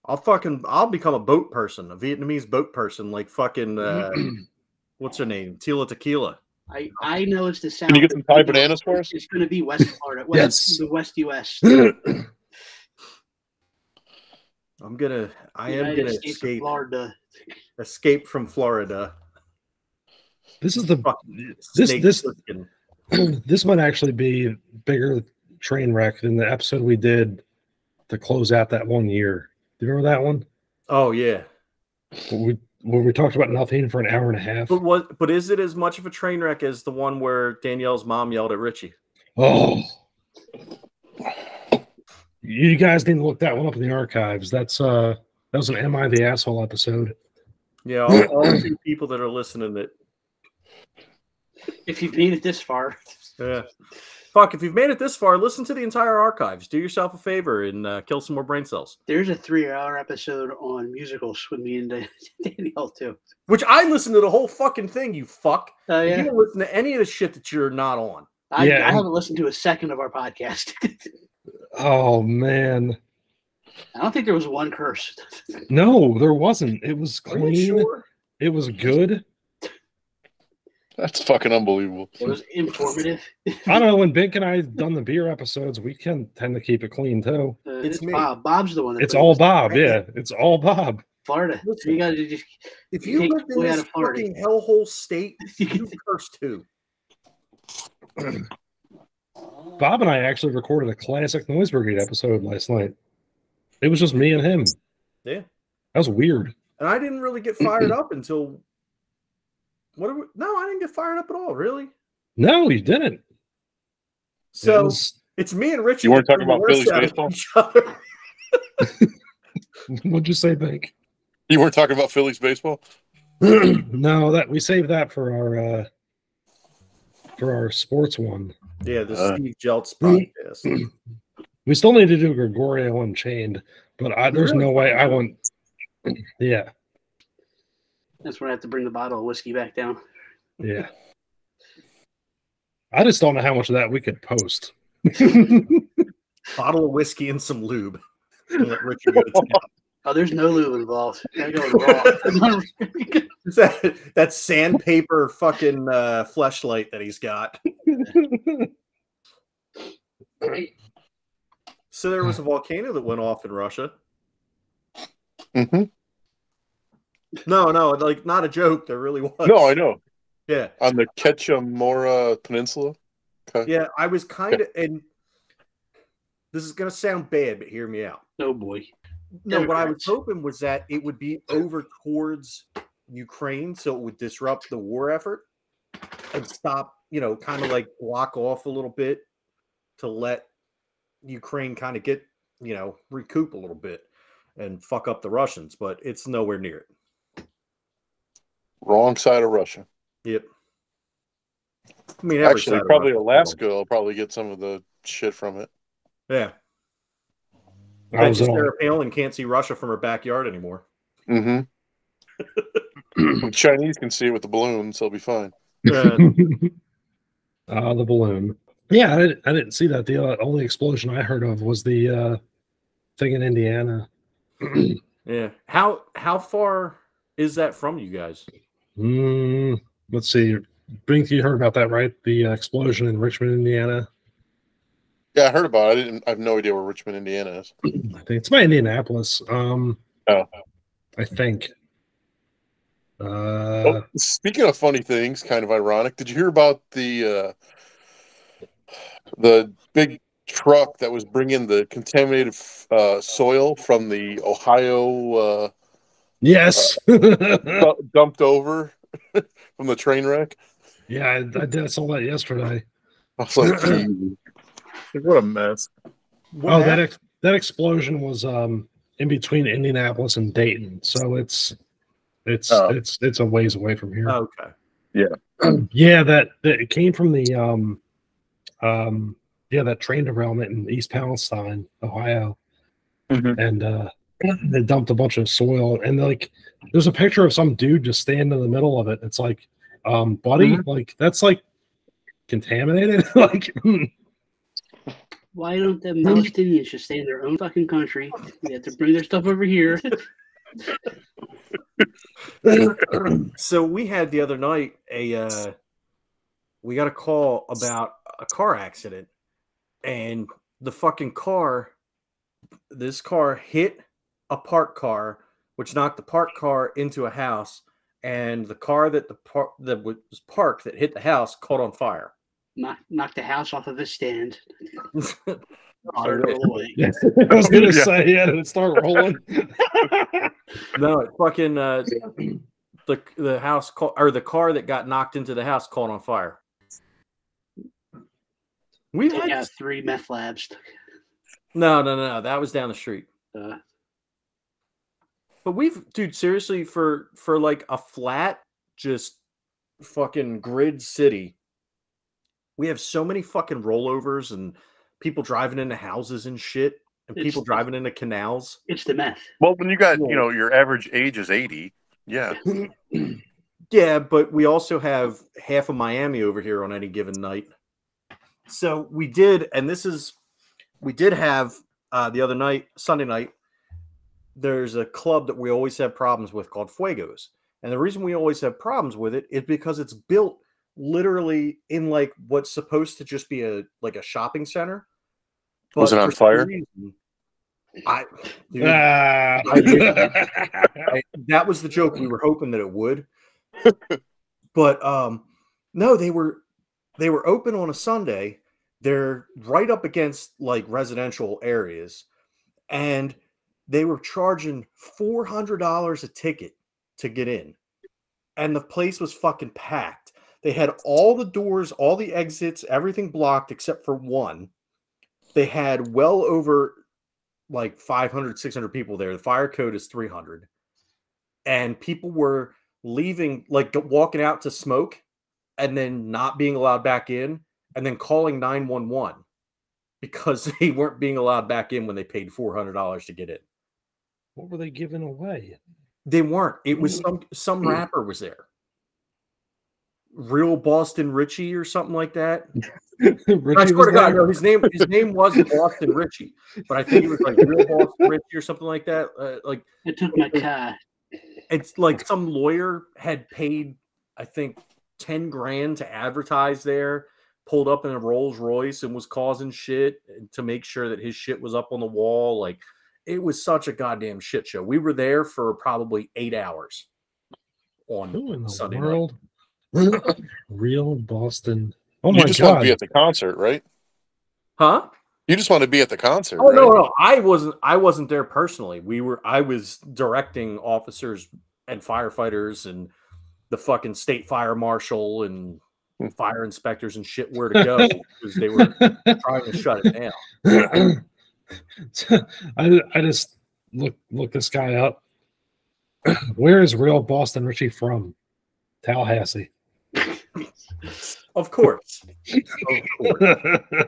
Speaker 1: I'll fucking, I'll become a boat person, a Vietnamese boat person, like fucking, uh, what's her name? Tila Tequila.
Speaker 3: I, I know it's the south.
Speaker 4: Can you get some Thai bananas for us?
Speaker 3: It's going to be West Florida. West,
Speaker 2: Yes.
Speaker 3: The West U.S.
Speaker 1: I'm gonna, I am
Speaker 3: United
Speaker 1: gonna
Speaker 3: States of
Speaker 1: escape,
Speaker 3: Florida.
Speaker 1: escape from Florida.
Speaker 2: This is the
Speaker 1: Fucking
Speaker 2: This-
Speaker 1: snake
Speaker 2: this-
Speaker 1: looking.
Speaker 2: this might actually be a bigger train wreck than the episode we did to close out that one year. Do you remember that one?
Speaker 1: Oh yeah,
Speaker 2: When we when we talked about nothing for an hour and a half.
Speaker 1: but what? But is it as much of a train wreck as the one where Danielle's mom yelled at Richie?
Speaker 2: Oh. You guys need to look that one up in the archives. That's uh that was an Am I the Asshole episode.
Speaker 1: Yeah, all, all the people that are listening that
Speaker 3: If you've made it this far,
Speaker 1: Yeah. Fuck, if you've made it this far, listen to the entire archives. Do yourself a favor and uh, kill some more brain cells,
Speaker 3: There's a three-hour episode on musicals with me and Dan- Danielle too.
Speaker 1: which I listened to the whole fucking thing, you fuck.
Speaker 3: Oh
Speaker 1: You
Speaker 3: yeah,
Speaker 1: don't listen to any of the shit that you're not on.
Speaker 3: I,
Speaker 2: Yeah.
Speaker 3: I haven't listened to a second of our podcast.
Speaker 2: Oh man,
Speaker 3: I don't think there was one curse.
Speaker 2: no, there wasn't. It was
Speaker 1: Are you
Speaker 2: clean.
Speaker 1: sure?
Speaker 2: It was good.
Speaker 4: That's fucking unbelievable.
Speaker 3: It was informative.
Speaker 2: I don't know when Bink and I have done the beer episodes, we can tend to keep it clean too.
Speaker 3: Uh,
Speaker 1: It's
Speaker 3: it's
Speaker 1: me.
Speaker 3: Bob. Bob's the one. That
Speaker 2: It's
Speaker 3: put
Speaker 2: all
Speaker 3: us in
Speaker 2: Bob. Yeah, it's all Bob.
Speaker 3: Florida.
Speaker 1: Listen.
Speaker 3: You got to just.
Speaker 1: If you
Speaker 3: You take
Speaker 1: lived in
Speaker 3: away
Speaker 1: this
Speaker 3: out of Florida.
Speaker 1: fucking hellhole state, you
Speaker 3: You can,
Speaker 1: curse too.
Speaker 2: Bob and I actually recorded a classic Noise Brigade episode last night. It was just me and him.
Speaker 1: Yeah.
Speaker 2: That was weird.
Speaker 1: And I didn't really get fired up until what? Are we, no, I didn't get fired up at all. Really.
Speaker 2: No, you didn't.
Speaker 1: So
Speaker 2: it was,
Speaker 1: it's me and Richie.
Speaker 4: You weren't
Speaker 1: that
Speaker 4: talking
Speaker 1: bring the
Speaker 4: about
Speaker 1: worst
Speaker 4: Phillies
Speaker 1: out of each
Speaker 4: baseball?
Speaker 1: other.
Speaker 2: what'd you say, Bink?
Speaker 4: You weren't talking about Phillies baseball?
Speaker 2: no, that we saved that for our uh for our sports one.
Speaker 1: Yeah, the
Speaker 4: Uh,
Speaker 1: Steve Jeltz
Speaker 2: we-
Speaker 1: podcast.
Speaker 2: We still need to do Gregorio Unchained, but I, there's no
Speaker 1: Really?
Speaker 2: way I want. Yeah,
Speaker 3: that's when I have to bring the bottle of whiskey back down.
Speaker 2: yeah. I just don't know how much of that we could post.
Speaker 1: Bottle of whiskey and some lube. And let Richie go to town.
Speaker 3: Oh, there's no lube involved. I'm going raw.
Speaker 1: Is that, that sandpaper fucking uh, fleshlight that he's got. So there was a volcano that went off in Russia.
Speaker 4: Mm-hmm.
Speaker 1: No, no, like not a joke. There really was.
Speaker 4: No, I know.
Speaker 1: Yeah,
Speaker 4: On the Ketchamora Peninsula. Okay.
Speaker 1: yeah. I was kind of, and this is gonna sound bad, but hear me out.
Speaker 3: oh boy.
Speaker 1: No, what I was
Speaker 3: Democrats.
Speaker 1: hoping was that it would be over towards Ukraine, so it would disrupt the war effort and stop, you know, kind of like block off a little bit to let Ukraine kind of get, you know, recoup a little bit and fuck up the Russians, but it's nowhere near it.
Speaker 4: Wrong side of Russia.
Speaker 1: Yep. I mean, every
Speaker 4: Actually,
Speaker 1: side of
Speaker 4: probably
Speaker 1: Russia-
Speaker 4: Alaska will probably get some of the shit from it.
Speaker 1: Yeah.
Speaker 2: I
Speaker 1: I
Speaker 2: was
Speaker 1: just
Speaker 2: on,
Speaker 1: Sarah Palin can't see Russia from her backyard anymore.
Speaker 4: Mm-hmm. Chinese can see it with the balloons. They'll be fine.
Speaker 1: Uh,
Speaker 2: uh, the balloon. Yeah, I didn't, I didn't see that. The uh, only explosion I heard of was the uh, thing in Indiana.
Speaker 1: yeah. How how far is that from you guys?
Speaker 2: Oh, Mm, let's see. Bink, you heard about that, right? The uh, explosion in Richmond, Indiana.
Speaker 4: Yeah, I heard about it. I didn't. I have no idea where Richmond, Indiana is.
Speaker 2: I think it's by Indianapolis. Um,
Speaker 4: Oh.
Speaker 2: I think. Uh,
Speaker 4: Oh, speaking of funny things, kind of ironic. Did you hear about the uh, the big truck that was bringing the contaminated uh, soil from the Ohio uh,
Speaker 2: yes. yeah,
Speaker 4: du- dumped over from the train wreck?
Speaker 2: I, I did. I saw that yesterday.
Speaker 4: I was like, "Gee, what a mess!
Speaker 1: What
Speaker 2: oh, that
Speaker 1: happened?
Speaker 2: ex- that explosion was um in between Indianapolis and Dayton, so it's it's
Speaker 4: Oh.
Speaker 2: it's it's a ways away from here.
Speaker 1: okay.
Speaker 2: Yeah, that, that it came from the um um yeah, that train derailment in East Palestine, Ohio.
Speaker 4: Mhm.
Speaker 2: And uh they dumped a bunch of soil and like there's a picture of some dude just standing in the middle of it. It's like, um, buddy,
Speaker 1: Mm-hmm.
Speaker 2: like that's like contaminated. like
Speaker 3: Why don't the Palestinians just stay in their own fucking country? They have to bring their stuff over here.
Speaker 1: So we had the other night a uh, we got a call about a car accident, and the fucking car, this car hit a parked car, which knocked the parked car into a house, and the car that the par- that was parked that hit the house caught on fire.
Speaker 3: Knock, knock the house off of a stand.
Speaker 1: Sure
Speaker 3: Or
Speaker 1: did.
Speaker 3: roll away.
Speaker 2: I was gonna
Speaker 4: Yeah.
Speaker 2: say, yeah, did it start rolling?
Speaker 1: no, it fucking uh, the the house ca- or the car that got knocked into the house caught on fire. We
Speaker 3: Take
Speaker 1: had
Speaker 3: out three meth labs.
Speaker 1: No, no, no, no. That was down the street.
Speaker 3: Uh,
Speaker 1: But we've, dude, seriously, for for like a flat, just fucking grid city, We have so many fucking rollovers and people driving into houses and shit, and
Speaker 3: It's-
Speaker 1: people driving into canals.
Speaker 3: It's the meth.
Speaker 4: Well, when you got you know your average age is eighty, yeah,
Speaker 1: Yeah, but we also have half of Miami over here on any given night. So we did, and this is we did have uh, the other night, Sunday night. There's a club that we always have problems with called Fuegos, and the reason we always have problems with it is because it's built literally in like what's supposed to just be a like a shopping center.
Speaker 4: Was it
Speaker 1: But
Speaker 4: on
Speaker 1: for some
Speaker 4: fire?
Speaker 1: reason- I, dude,
Speaker 2: Ah.
Speaker 1: I- that was the joke we were hoping that it would but um no they were they were open on a sunday they're right up against like residential areas and they were charging $400 a ticket to get in and the place was fucking packed they had all the doors all the exits everything blocked except for one they had well over like 500 600 people there the fire code is 300 and people were leaving like g- walking out to smoke and then not being allowed back in and then calling 911 because they weren't being allowed back in when they paid $400 to get in
Speaker 2: what were they giving away?
Speaker 1: they weren't it was
Speaker 2: Mm.
Speaker 1: some some rapper was there real boston richie or something like that I
Speaker 2: Richie
Speaker 1: swear
Speaker 2: was
Speaker 1: to God,
Speaker 2: there?
Speaker 1: no, his name his name was Boston Richie, but I think it was like real Boston Richie or something like that. Uh, like
Speaker 3: I took my car.
Speaker 1: it's like some lawyer had paid, I think, ten grand to advertise there, pulled up in a Rolls Royce and was causing shit to make sure that his shit was up on the wall. Like it was such a goddamn shit show. We were there for probably eight hours. On
Speaker 2: Who in the
Speaker 1: Sunday night.
Speaker 2: world? Real Boston. Oh
Speaker 4: you
Speaker 2: my
Speaker 4: just want
Speaker 2: god.
Speaker 4: to be at the concert, right?
Speaker 1: huh?
Speaker 4: You just want to be at the concert,
Speaker 1: Oh
Speaker 4: right?
Speaker 1: no, no, I wasn't. I wasn't there personally. We were. I was directing officers and firefighters and the fucking state fire marshal and fire inspectors and shit where to go because they were trying to shut it down.
Speaker 2: I, I just look look this guy up. Where is real Boston Richie from? Tallahassee.
Speaker 1: Of course, of course.
Speaker 2: Oh,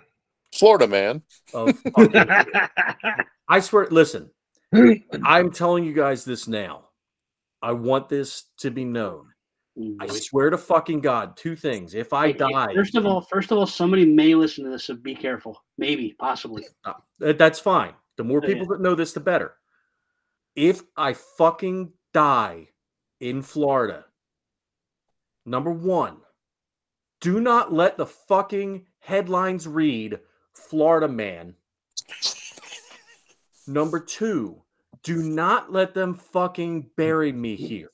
Speaker 4: Florida man.
Speaker 1: Of fucking- I swear. Listen, I'm telling you guys this now. I want this to be known. I swear to fucking God, two things. If I
Speaker 3: Hey, hey,
Speaker 1: die,
Speaker 3: First of all, first of all, somebody may listen to this, so be careful. Maybe, possibly.
Speaker 1: Uh, that- that's fine. The more
Speaker 3: Oh, yeah.
Speaker 1: people that know this, the better. If I fucking die in Florida, number one, do not let the fucking headlines read Florida man. Number two, do not let them fucking bury me here.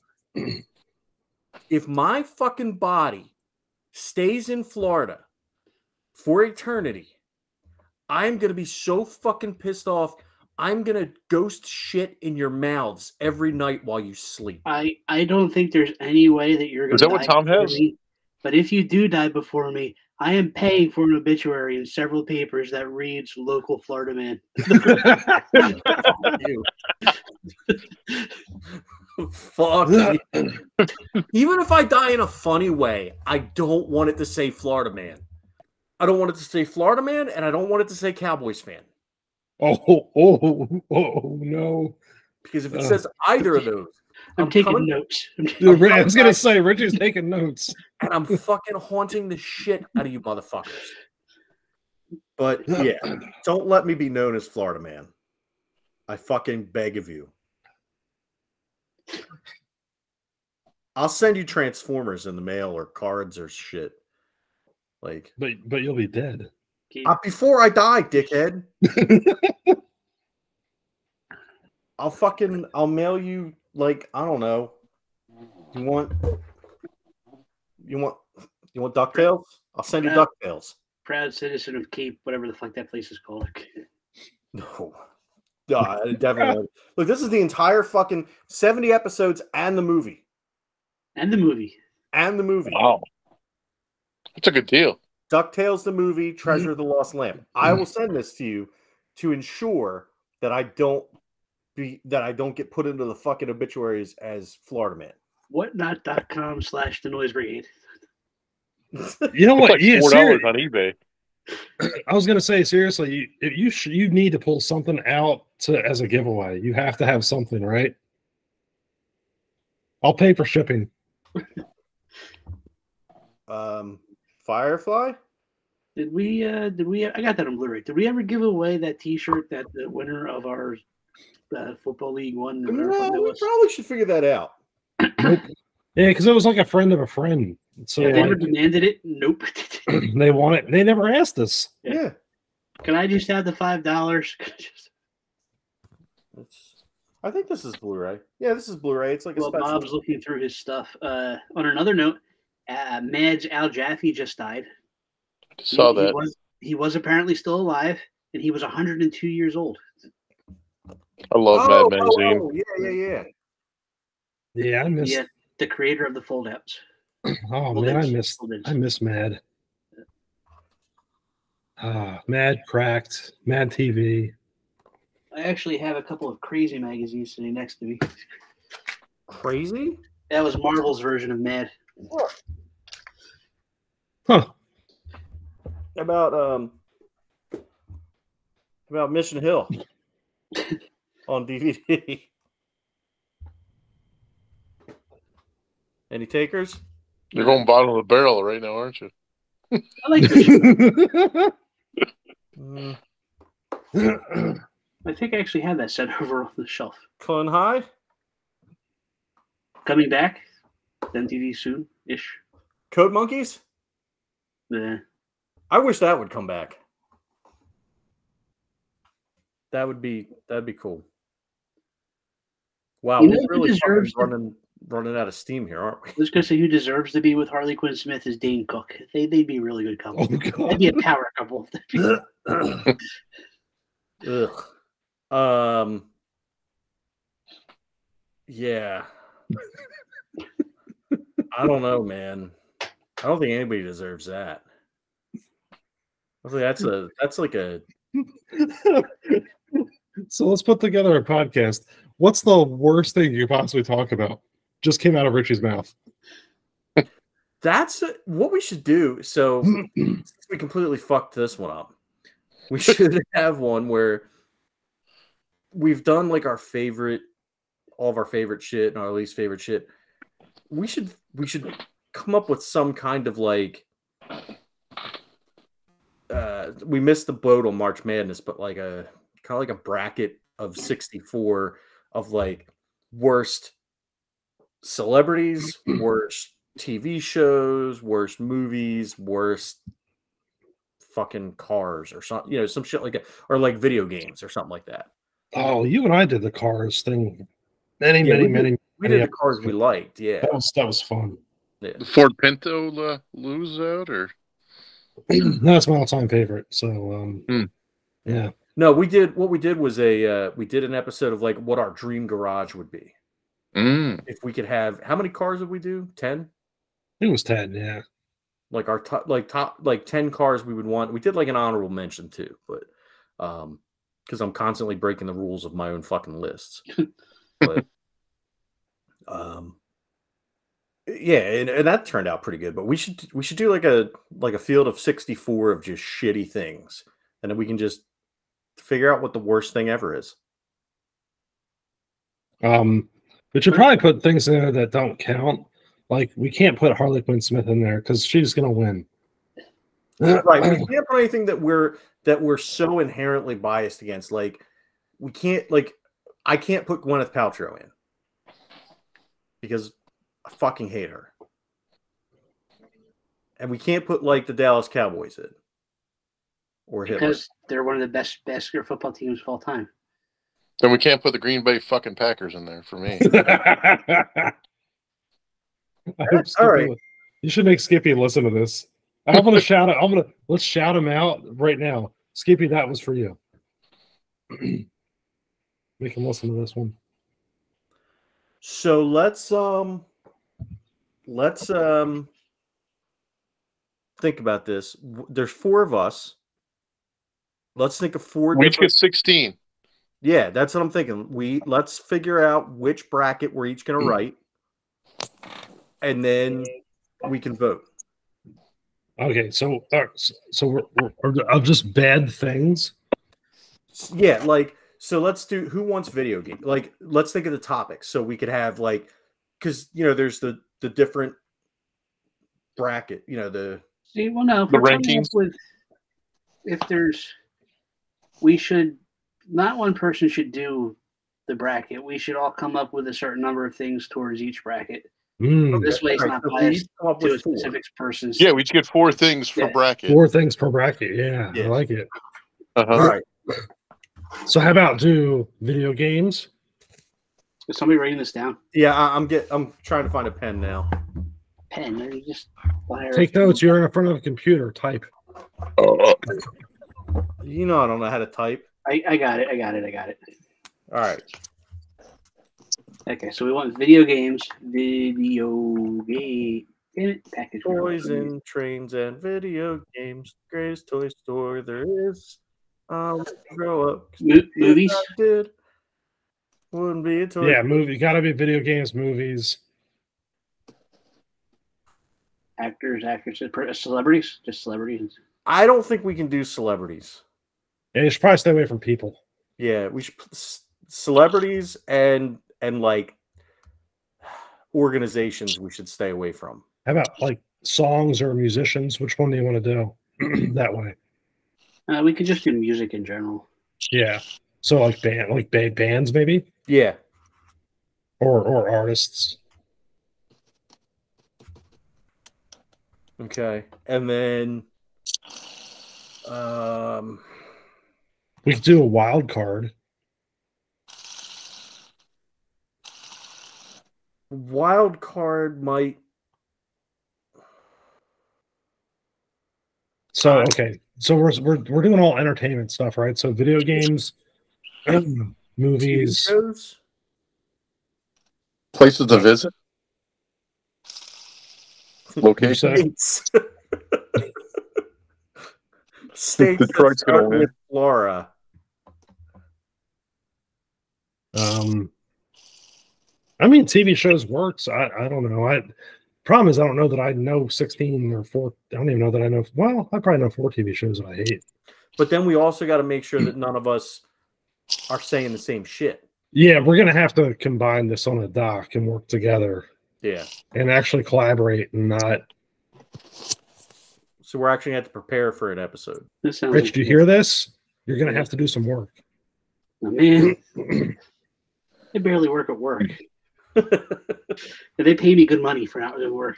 Speaker 1: If my fucking body stays in Florida for eternity, I'm gonna be so fucking pissed off. I'm gonna ghost shit in your mouths every night while you sleep.
Speaker 3: I I don't think there's any way that you're going
Speaker 4: Is that what Tom has?
Speaker 3: Me. But if you do die before me, I am paying for an obituary in several papers that reads "local Florida man."
Speaker 1: you. Fuck. you. Even if I die in a funny way, I don't want it to say Florida man. I don't want it to say Florida man, and I don't want it to say Cowboys fan.
Speaker 2: oh, oh, oh no.
Speaker 1: Because if it
Speaker 2: Ugh.
Speaker 1: says either of those,
Speaker 3: I'm,
Speaker 1: I'm
Speaker 3: taking
Speaker 1: coming-
Speaker 3: notes.
Speaker 2: I was gonna say Richie's taking notes.
Speaker 1: and I'm fucking haunting the shit out of you motherfuckers. But yeah, don't let me be known as Florida man. I fucking beg of you. I'll send you Transformers in the mail or cards or shit. Like
Speaker 2: But but you'll be dead.
Speaker 3: Keep-
Speaker 1: uh, before I die, dickhead. I'll fucking I'll mail you like I don't know. You want you want you want ducktails? I'll send you
Speaker 3: Yeah.
Speaker 1: ducktails.
Speaker 3: proud citizen of Cape, whatever the fuck that place is called.
Speaker 1: No. Duh, I definitely. won't. Look, this is the entire fucking 70 episodes and the movie.
Speaker 3: And the movie.
Speaker 1: And the movie.
Speaker 4: Wow, that's a good deal.
Speaker 1: DuckTales the movie, Treasure of the Lost Lamp. I will send this to you to ensure that I don't be that I don't get put into the fucking obituaries as Florida man.
Speaker 3: Whatnot.com slash the noise brigade.
Speaker 2: You know
Speaker 4: It's
Speaker 2: what?
Speaker 4: like
Speaker 2: yeah,
Speaker 4: four
Speaker 2: seri-
Speaker 4: dollars on eBay.
Speaker 2: I was gonna say seriously, you if you sh- you need to pull something out to as a giveaway. You have to have something, right? I'll pay for shipping.
Speaker 1: Um, Firefly.
Speaker 3: Did we? uh Did we? I got that on Blu-ray. Did we ever give away that T-shirt that the winner of our uh, football league won? or whatever
Speaker 1: No,
Speaker 3: that
Speaker 1: we
Speaker 3: was?
Speaker 1: probably should figure that out.
Speaker 2: Yeah, because it was like a friend of a friend. So
Speaker 3: They never
Speaker 2: like,
Speaker 3: demanded it. Nope.
Speaker 2: they want it. They never asked us.
Speaker 3: Yeah.
Speaker 1: Yeah.
Speaker 3: Can I just have the five dollars?
Speaker 1: It's, I think this is Blu-ray. Yeah, this is Blu-ray. It's like a
Speaker 3: Well,
Speaker 1: special.
Speaker 3: Bob's looking through his stuff. Uh, on another note, uh, Mads Al Jaffe just died. He-
Speaker 4: Saw
Speaker 3: He
Speaker 4: that.
Speaker 3: was, he was apparently still alive, and he was 102 years old.
Speaker 4: I love
Speaker 1: oh,
Speaker 4: Mad
Speaker 1: oh,
Speaker 4: Magazine.
Speaker 1: oh, yeah, yeah, yeah.
Speaker 2: Yeah, I missed.
Speaker 3: Yeah, the creator of the foldouts.
Speaker 2: Oh
Speaker 3: Well,
Speaker 2: man, I
Speaker 3: that's-
Speaker 2: missed.
Speaker 3: well, that's-
Speaker 2: I miss Mad. Ah, Mad cracked. Mad TV.
Speaker 3: I actually have a couple of crazy magazines sitting next to me.
Speaker 1: Crazy.
Speaker 3: That was Marvel's version of Mad.
Speaker 2: Huh.
Speaker 1: About um. About Mission Hill. on DVD. Any takers?
Speaker 4: You're going bottom of the barrel right now, aren't you?
Speaker 3: I like this.
Speaker 2: That's
Speaker 1: Uh,
Speaker 3: I think I actually have that set over on the shelf.
Speaker 1: Clone High.
Speaker 3: Coming back, MTV soon ish.
Speaker 1: Code Monkeys.
Speaker 3: Yeah.
Speaker 1: I wish that would come back. That would be that'd be cool. Wow,
Speaker 3: You know
Speaker 1: we're
Speaker 3: who
Speaker 1: really fucking
Speaker 3: deserves to-
Speaker 1: running running out of steam here, aren't we?
Speaker 3: Let's go say who deserves to be with Harley Quinn Smith is Dane Cook. They, they'd be a really good couple.
Speaker 2: oh god.
Speaker 3: That'd be a power couple.
Speaker 1: Ugh. Um. Yeah. I don't know, man. I don't think anybody deserves that. I think that's a that's like a
Speaker 2: so let's put together a podcast. What's the worst thing you could possibly talk about? Just came out of Richie's mouth.
Speaker 1: That's what we should do. So since we completely fucked this one up. We should have one where we've done like our favorite, all of our favorite shit and our least favorite shit. We should we should come up with some kind of like. Uh, we missed the boat on March Madness, but like a kind of like a bracket of sixty four of like worst celebrities, worst TV shows, worst movies, worst fucking cars or something, you know, some shit like that, or like video games or something like that.
Speaker 2: Oh, you and I did the cars thing many,
Speaker 1: Yeah,
Speaker 2: many,
Speaker 1: we did.
Speaker 2: many.
Speaker 1: We did
Speaker 2: Yeah. Oh.
Speaker 1: the cars we liked, yeah.
Speaker 2: That was that was fun.
Speaker 1: yeah.
Speaker 4: The Ford Pinto uh, lose out, or
Speaker 2: That's my all-time favorite. So, um,
Speaker 4: Hmm.
Speaker 2: yeah.
Speaker 1: No, we did what we did was a uh, we did an episode of like what our dream garage would be
Speaker 4: mm.
Speaker 1: if we could have how many cars did we do? Ten,
Speaker 2: It was ten, yeah.
Speaker 1: like our top, like top, like ten cars we would want. We did like an honorable mention too, but um, because I'm constantly breaking the rules of my own fucking lists. but um, yeah, and, and that turned out pretty good. But we should we should do like a like a field of 64 of just shitty things, and then we can just figure out what the worst thing ever is.
Speaker 2: Um, but you probably put things in there that don't count. Like we can't put Harley Quinn Smith in there because she's gonna win.
Speaker 1: right we can't put anything that we're that we're so inherently biased against like we can't like i can't put gwyneth paltrow in because i fucking hate her and we can't put like the dallas cowboys in or hitler
Speaker 3: because they're one of the best basketball football teams of all time.
Speaker 4: Then we can't put the Green Bay fucking Packers in there for me.
Speaker 2: I hope Skippy
Speaker 1: All right.
Speaker 2: li- You should make Skippy listen to this. I'm gonna shout out. I'm gonna let's shout him out right now. Skippy, that was for you. we can listen to this one.
Speaker 1: so let's um let's um think about this W- there's four of us let's think of four
Speaker 4: we each
Speaker 1: different
Speaker 4: get sixteen.
Speaker 1: Yeah, that's what I'm thinking. We let's figure out which bracket we're
Speaker 3: Hmm.
Speaker 1: each going to write, and then we can vote.
Speaker 2: Okay, so uh, so- so we're, we're, are- of just bad things.
Speaker 1: S- Yeah, like so let's do who wants video game? Like let's think of the topic so we could have like cuz you know there's the the different bracket, you know, the
Speaker 3: See, well, no. if
Speaker 4: The
Speaker 3: we're coming up
Speaker 4: rankings?
Speaker 3: With, if there's, we should not one person should do the bracket. We should all come up with a certain number of things towards each bracket.
Speaker 2: Mm,
Speaker 3: This way, it's
Speaker 1: Right,
Speaker 3: not
Speaker 1: so we
Speaker 3: biased
Speaker 1: each come up
Speaker 3: to a
Speaker 1: with four.
Speaker 3: specific person's.
Speaker 4: Yeah, we should get four things for
Speaker 3: Yeah.
Speaker 4: bracket.
Speaker 2: Four things per bracket. Yeah,
Speaker 1: Yeah.
Speaker 2: I like it.
Speaker 1: All
Speaker 4: Uh-huh.
Speaker 1: right.
Speaker 2: So how about do video games?
Speaker 3: Is somebody writing this down?
Speaker 1: Yeah, I, I'm get I'm trying to find a pen now.
Speaker 3: Pen. or you Just fire
Speaker 2: Take notes. You're in front of a computer. Type.
Speaker 4: Uh-huh.
Speaker 1: You know I don't know how to type.
Speaker 3: I, I got it. I got it. I got it.
Speaker 1: All right.
Speaker 3: Okay, so we want video games. Video game. Damn it, package.
Speaker 1: Toys and trains and video games. Greatest toy store there is. Um grow up 'cause
Speaker 3: Mo-
Speaker 1: if
Speaker 3: movies.
Speaker 1: I did wouldn't be a toy.
Speaker 2: Yeah, movie. Got to be video games, movies.
Speaker 3: actors, actresses, per- celebrities, just celebrities.
Speaker 1: I don't think we can do celebrities.
Speaker 2: Yeah, you should probably stay away from people.
Speaker 1: Yeah, we should put c- celebrities and and like organizations we should stay away from.
Speaker 2: How about like songs or musicians? Which one do you want to do that way?
Speaker 3: Uh, we could just do music in general.
Speaker 2: Yeah. So like band, like ba- bands maybe,
Speaker 1: Yeah.
Speaker 2: or or artists.
Speaker 1: Okay. And then um
Speaker 2: We could do a wild card.
Speaker 1: wild card might
Speaker 2: So okay, so we're we're we're doing all entertainment stuff, right? So video games, movies,
Speaker 1: shows.
Speaker 4: Places to visit. Location.
Speaker 1: States.
Speaker 2: so-
Speaker 1: States that
Speaker 4: Detroit's gonna
Speaker 1: start
Speaker 4: win.
Speaker 1: with Flora.
Speaker 2: Um, I mean, TV shows works. I, I don't know. I problem is I don't know that I know sixteen or four. I don't even know that I know. Well, I probably know four TV shows that I hate.
Speaker 1: But then we also got to make sure that none of us are saying the same shit.
Speaker 2: Yeah, we're gonna have to combine this on a doc and work together
Speaker 1: Yeah.
Speaker 2: and actually collaborate and not.
Speaker 1: So we're actually going to have to prepare for an episode.
Speaker 3: That sounds
Speaker 2: Rich, do you hear this? You're gonna have to do some work.
Speaker 3: Oh, man, I barely work at work. And they pay me good money for hours of work.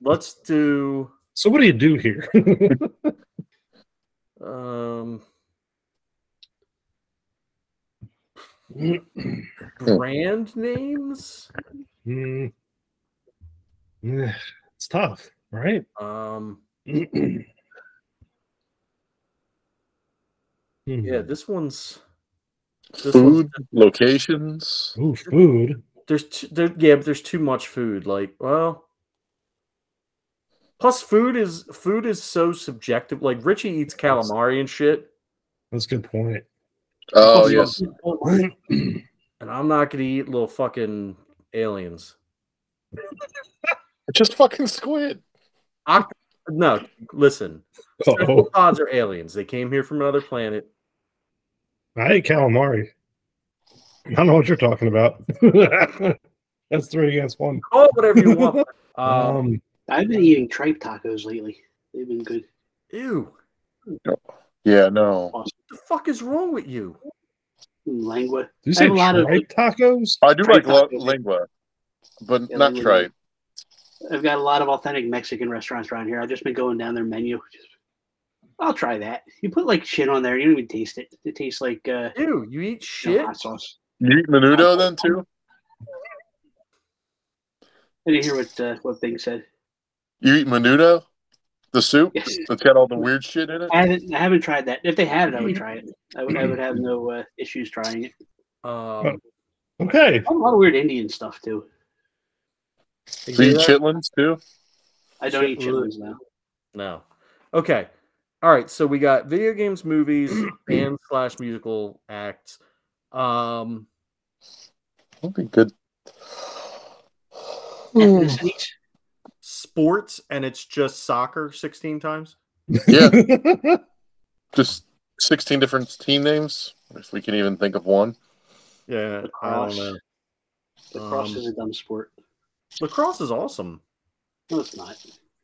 Speaker 1: Let's do
Speaker 2: So what do you do here?
Speaker 1: um brand names.
Speaker 2: Hmm. Eh, it's tough, right?
Speaker 1: Um
Speaker 2: Hmm.
Speaker 1: yeah, this one's this one's
Speaker 4: Food, locations.
Speaker 2: Ooh, food.
Speaker 1: there's too, there, yeah, but there's too much food. Like, well, plus food is food is so subjective. Like Richie eats calamari and shit,
Speaker 2: That's a good point.
Speaker 4: Oh, yes.
Speaker 1: and I'm not gonna eat little fucking aliens.
Speaker 4: Just fucking squid.
Speaker 1: Oct- no, listen,
Speaker 2: Oh,
Speaker 1: cephalopods are aliens. They came here from another planet.
Speaker 2: I ate calamari. I don't know what you're talking about. That's three against one.
Speaker 1: Call it whatever you want.
Speaker 3: Uh,
Speaker 1: Um,
Speaker 2: Um,
Speaker 3: I've been eating tripe tacos lately. They've been good.
Speaker 1: ew,
Speaker 4: Yeah, no.
Speaker 1: what the fuck is wrong with you?
Speaker 3: Langua.
Speaker 2: do you say
Speaker 3: I have a lot of-
Speaker 2: tripe tacos?
Speaker 4: I do
Speaker 3: Tripe
Speaker 4: like lo-
Speaker 3: tacos.
Speaker 4: lingua, but
Speaker 3: Yeah,
Speaker 4: not
Speaker 3: lingua.
Speaker 4: tripe.
Speaker 3: I've got a lot of authentic Mexican restaurants around here. I've just been going down their menu. I'll try that. You put like shit on there. You don't even taste it. It tastes like uh,
Speaker 1: Ew, you eat shit.
Speaker 3: hot sauce.
Speaker 4: You eat
Speaker 3: Oh.
Speaker 4: menudo then too?
Speaker 3: I didn't hear what uh, what Bing said.
Speaker 4: You eat menudo? The soup
Speaker 3: Yes.
Speaker 4: that's got all the weird shit in it?
Speaker 3: I haven't I haven't tried that. If they had it, I
Speaker 1: Mm-hmm.
Speaker 3: would try it. I would I would have no uh, issues trying it.
Speaker 1: Um,
Speaker 2: Okay.
Speaker 3: A lot of weird Indian stuff too.
Speaker 4: Do you eat
Speaker 1: yeah.
Speaker 4: chitlins too?
Speaker 3: I don't eat
Speaker 1: Shit, really?
Speaker 3: chitlins now.
Speaker 1: No. Okay. All right. So we got video games, movies, and slash musical acts. Um,
Speaker 4: That'd be good.
Speaker 1: Mm.
Speaker 3: Ethnicities.
Speaker 1: s- sports and it's just soccer 16 times?
Speaker 4: Yeah, just sixteen different team names. If we can even think of one.
Speaker 1: Yeah,
Speaker 3: Lacrosse.
Speaker 1: I don't know.
Speaker 3: Lacrosse
Speaker 1: Um,
Speaker 3: is a dumb sport.
Speaker 1: Lacrosse is awesome.
Speaker 3: No, it's not.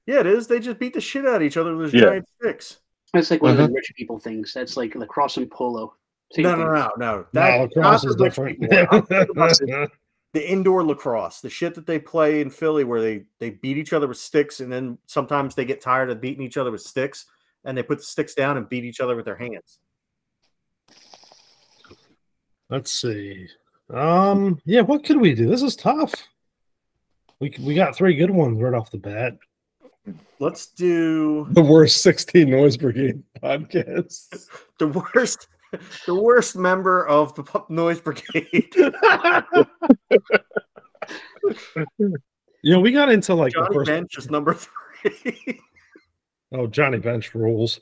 Speaker 1: Yeah, it is. They just beat the shit out of each other with those
Speaker 4: Yeah.
Speaker 1: giant sticks.
Speaker 3: That's like one of the rich people things. That's like lacrosse and polo. Same
Speaker 1: mm-hmm. No, no,
Speaker 3: thing.
Speaker 1: no, no.
Speaker 2: no, lacrosse
Speaker 1: not
Speaker 2: is
Speaker 1: the rich
Speaker 2: different.
Speaker 1: people. I'm thinking about the the indoor lacrosse, the shit that they play in Philly, where they they beat each other with sticks, and then sometimes they get tired of beating each other with sticks, and they put the sticks down and beat each other with their hands.
Speaker 2: Let's see. Um, yeah, what could we do? This is tough. We we got three good ones right off the bat.
Speaker 1: Let's do
Speaker 5: The worst 16 noise brigade podcast.
Speaker 1: the worst, the worst member of the Pup Noise Brigade.
Speaker 2: You know, we got into like the
Speaker 1: Johnny
Speaker 2: first.
Speaker 1: Bench is number three.
Speaker 2: Oh, Johnny Bench rules.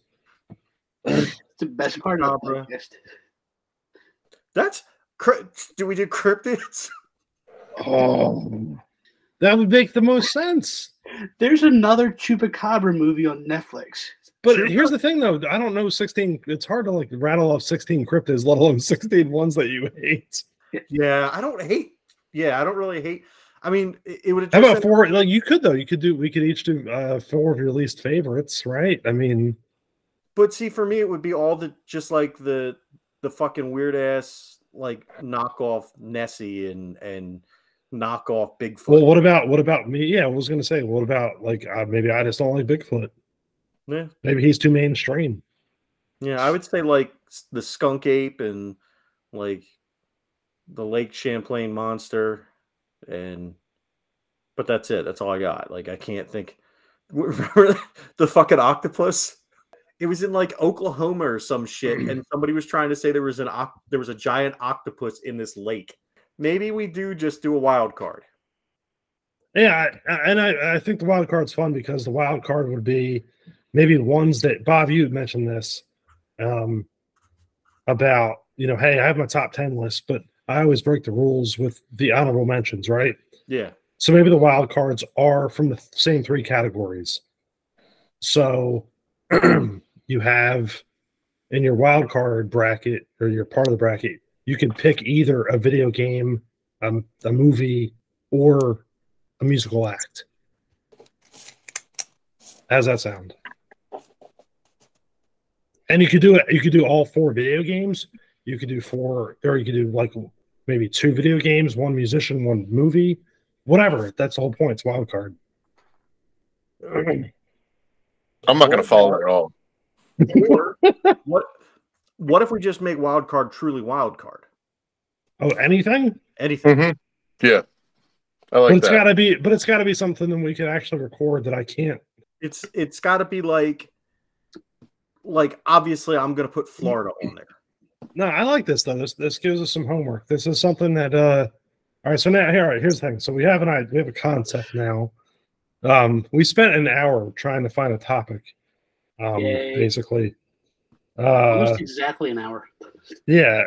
Speaker 3: It's the best part of the
Speaker 1: Opera.
Speaker 3: podcast.
Speaker 1: That's crypt- do we do cryptids?
Speaker 5: Oh,
Speaker 2: That would make the most sense.
Speaker 3: There's another Chupacabra movie on Netflix.
Speaker 2: But
Speaker 1: Sure.
Speaker 2: here's the thing, though. I don't know 16. It's hard to like rattle off 16 cryptids, let alone 16 ones that you hate.
Speaker 1: Yeah, I don't hate. Yeah, I don't really hate. I mean, it, it would have
Speaker 2: How about four? Like you could though. You could do. We could each do uh, four of your least favorites, right? I mean,
Speaker 1: But see, for me, it would be all the just like the the fucking weird ass like knockoff Nessie and and knockoff Bigfoot.
Speaker 2: well, what about what about me? Yeah, I was gonna say, what about like uh, maybe I just don't like Bigfoot.
Speaker 1: yeah,
Speaker 2: Maybe he's too mainstream.
Speaker 1: yeah, I would say like s- the skunk ape and like the Lake Champlain monster, and but that's it. That's all I got. Like I can't think. Remember the fucking octopus? It was in like Oklahoma or some shit, and somebody was trying to say there was an oc- there was a giant octopus in this lake. Maybe we do just do a wild card.
Speaker 2: Yeah, I, I- and I, I think the wild card's fun because the wild card would be maybe ones that Bob you had mentioned this um, about you know, hey, I have my top ten list, but I always break the rules with the honorable mentions, right?
Speaker 1: Yeah,
Speaker 2: So maybe the wild cards are from the same three categories. So you have in your wild card bracket or your part of the bracket, you can pick either a video game, um, a movie, or a musical act. How's that sound? And you could do it. You could do all four video games. You could do four, or you could do like maybe two video games, one musician, one movie whatever. That's the whole point. It's wild card.
Speaker 4: I'm not going to follow it at all.
Speaker 1: or what? What if we just make wild card truly wild card?
Speaker 2: Oh, anything?
Speaker 1: Anything.
Speaker 4: Mm-hmm. Yeah, I
Speaker 2: but
Speaker 4: like
Speaker 2: it's
Speaker 4: that.
Speaker 2: gotta be. But it's gotta be something that we can actually record that I can't.
Speaker 1: it's it's got to be like like obviously i'm gonna put florida on there
Speaker 2: No, I like this though. This this gives us some homework. This is something that. uh All right. So now here, all right, here's the thing. So we have an idea. We have a concept now. Um, we spent an hour trying to find a topic. Um,
Speaker 3: Yay.
Speaker 2: basically. Uh,
Speaker 3: Almost exactly an hour.
Speaker 2: Yeah.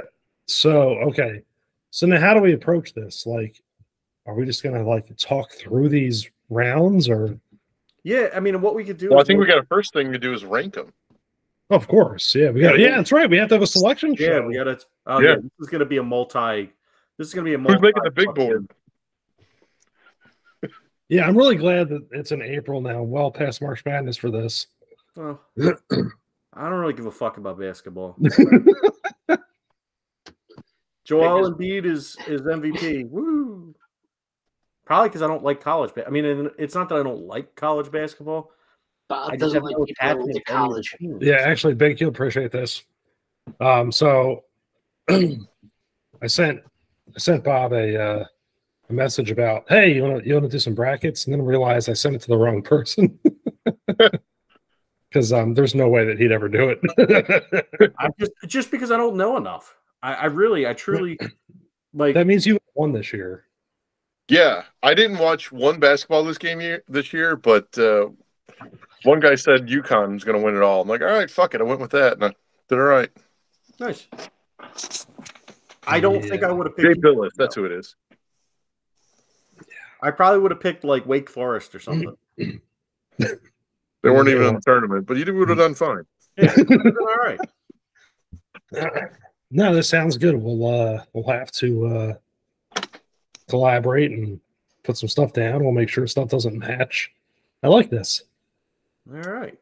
Speaker 2: So okay. So now how do we approach this? Like, are we just gonna like talk through these rounds or
Speaker 1: yeah i mean what we could do
Speaker 4: Well, I
Speaker 1: is
Speaker 4: think we
Speaker 1: we'll-
Speaker 4: got a first thing to do is rank them.
Speaker 2: of course. Yeah, we got yeah, that's right. We have to have a selection
Speaker 1: yeah
Speaker 2: show.
Speaker 1: we gotta oh yeah.
Speaker 4: Yeah.
Speaker 1: this is gonna be a multi this is gonna be a multi
Speaker 4: Who's making the big board?
Speaker 2: yeah, I'm really glad that it's in April now, well past March Madness for this.
Speaker 1: Well, i don't really give a fuck about basketball joel Embiid is is mvp Woo. probably because i don't like college ba- i mean and it's not that i don't like college basketball
Speaker 3: Bob
Speaker 1: i just
Speaker 3: doesn't
Speaker 1: have
Speaker 3: like
Speaker 1: no
Speaker 3: people that
Speaker 1: attachment
Speaker 3: went to
Speaker 1: to any of the teams.
Speaker 3: college.
Speaker 2: Yeah, actually, Big, you'll appreciate this. Um, so I sent I sent Bob a uh, a message about hey, you want to you want to do some brackets, and then realized I sent it to the wrong person because um, there's no way that he'd ever do it.
Speaker 1: I just just because I don't know enough. I, I really, I truly like.
Speaker 2: that means you won this year.
Speaker 4: Yeah, I didn't watch one basketball this game year this year, but uh, one guy said UConn is going to win it all. I'm like, all right, fuck it, I went with that, and I did all right.
Speaker 1: nice. I don't think I
Speaker 2: Yeah.
Speaker 1: would have
Speaker 4: Jay
Speaker 1: picked.
Speaker 4: Billis, that's who it is.
Speaker 1: I probably would have picked like Wake Forest or something.
Speaker 4: They weren't even
Speaker 2: Yeah.
Speaker 4: in the tournament, but you would have done fine.
Speaker 1: All right.
Speaker 2: No, that sounds good. We'll uh we'll have to uh collaborate and put some stuff down. We'll make sure stuff doesn't match. I like this.
Speaker 1: All right.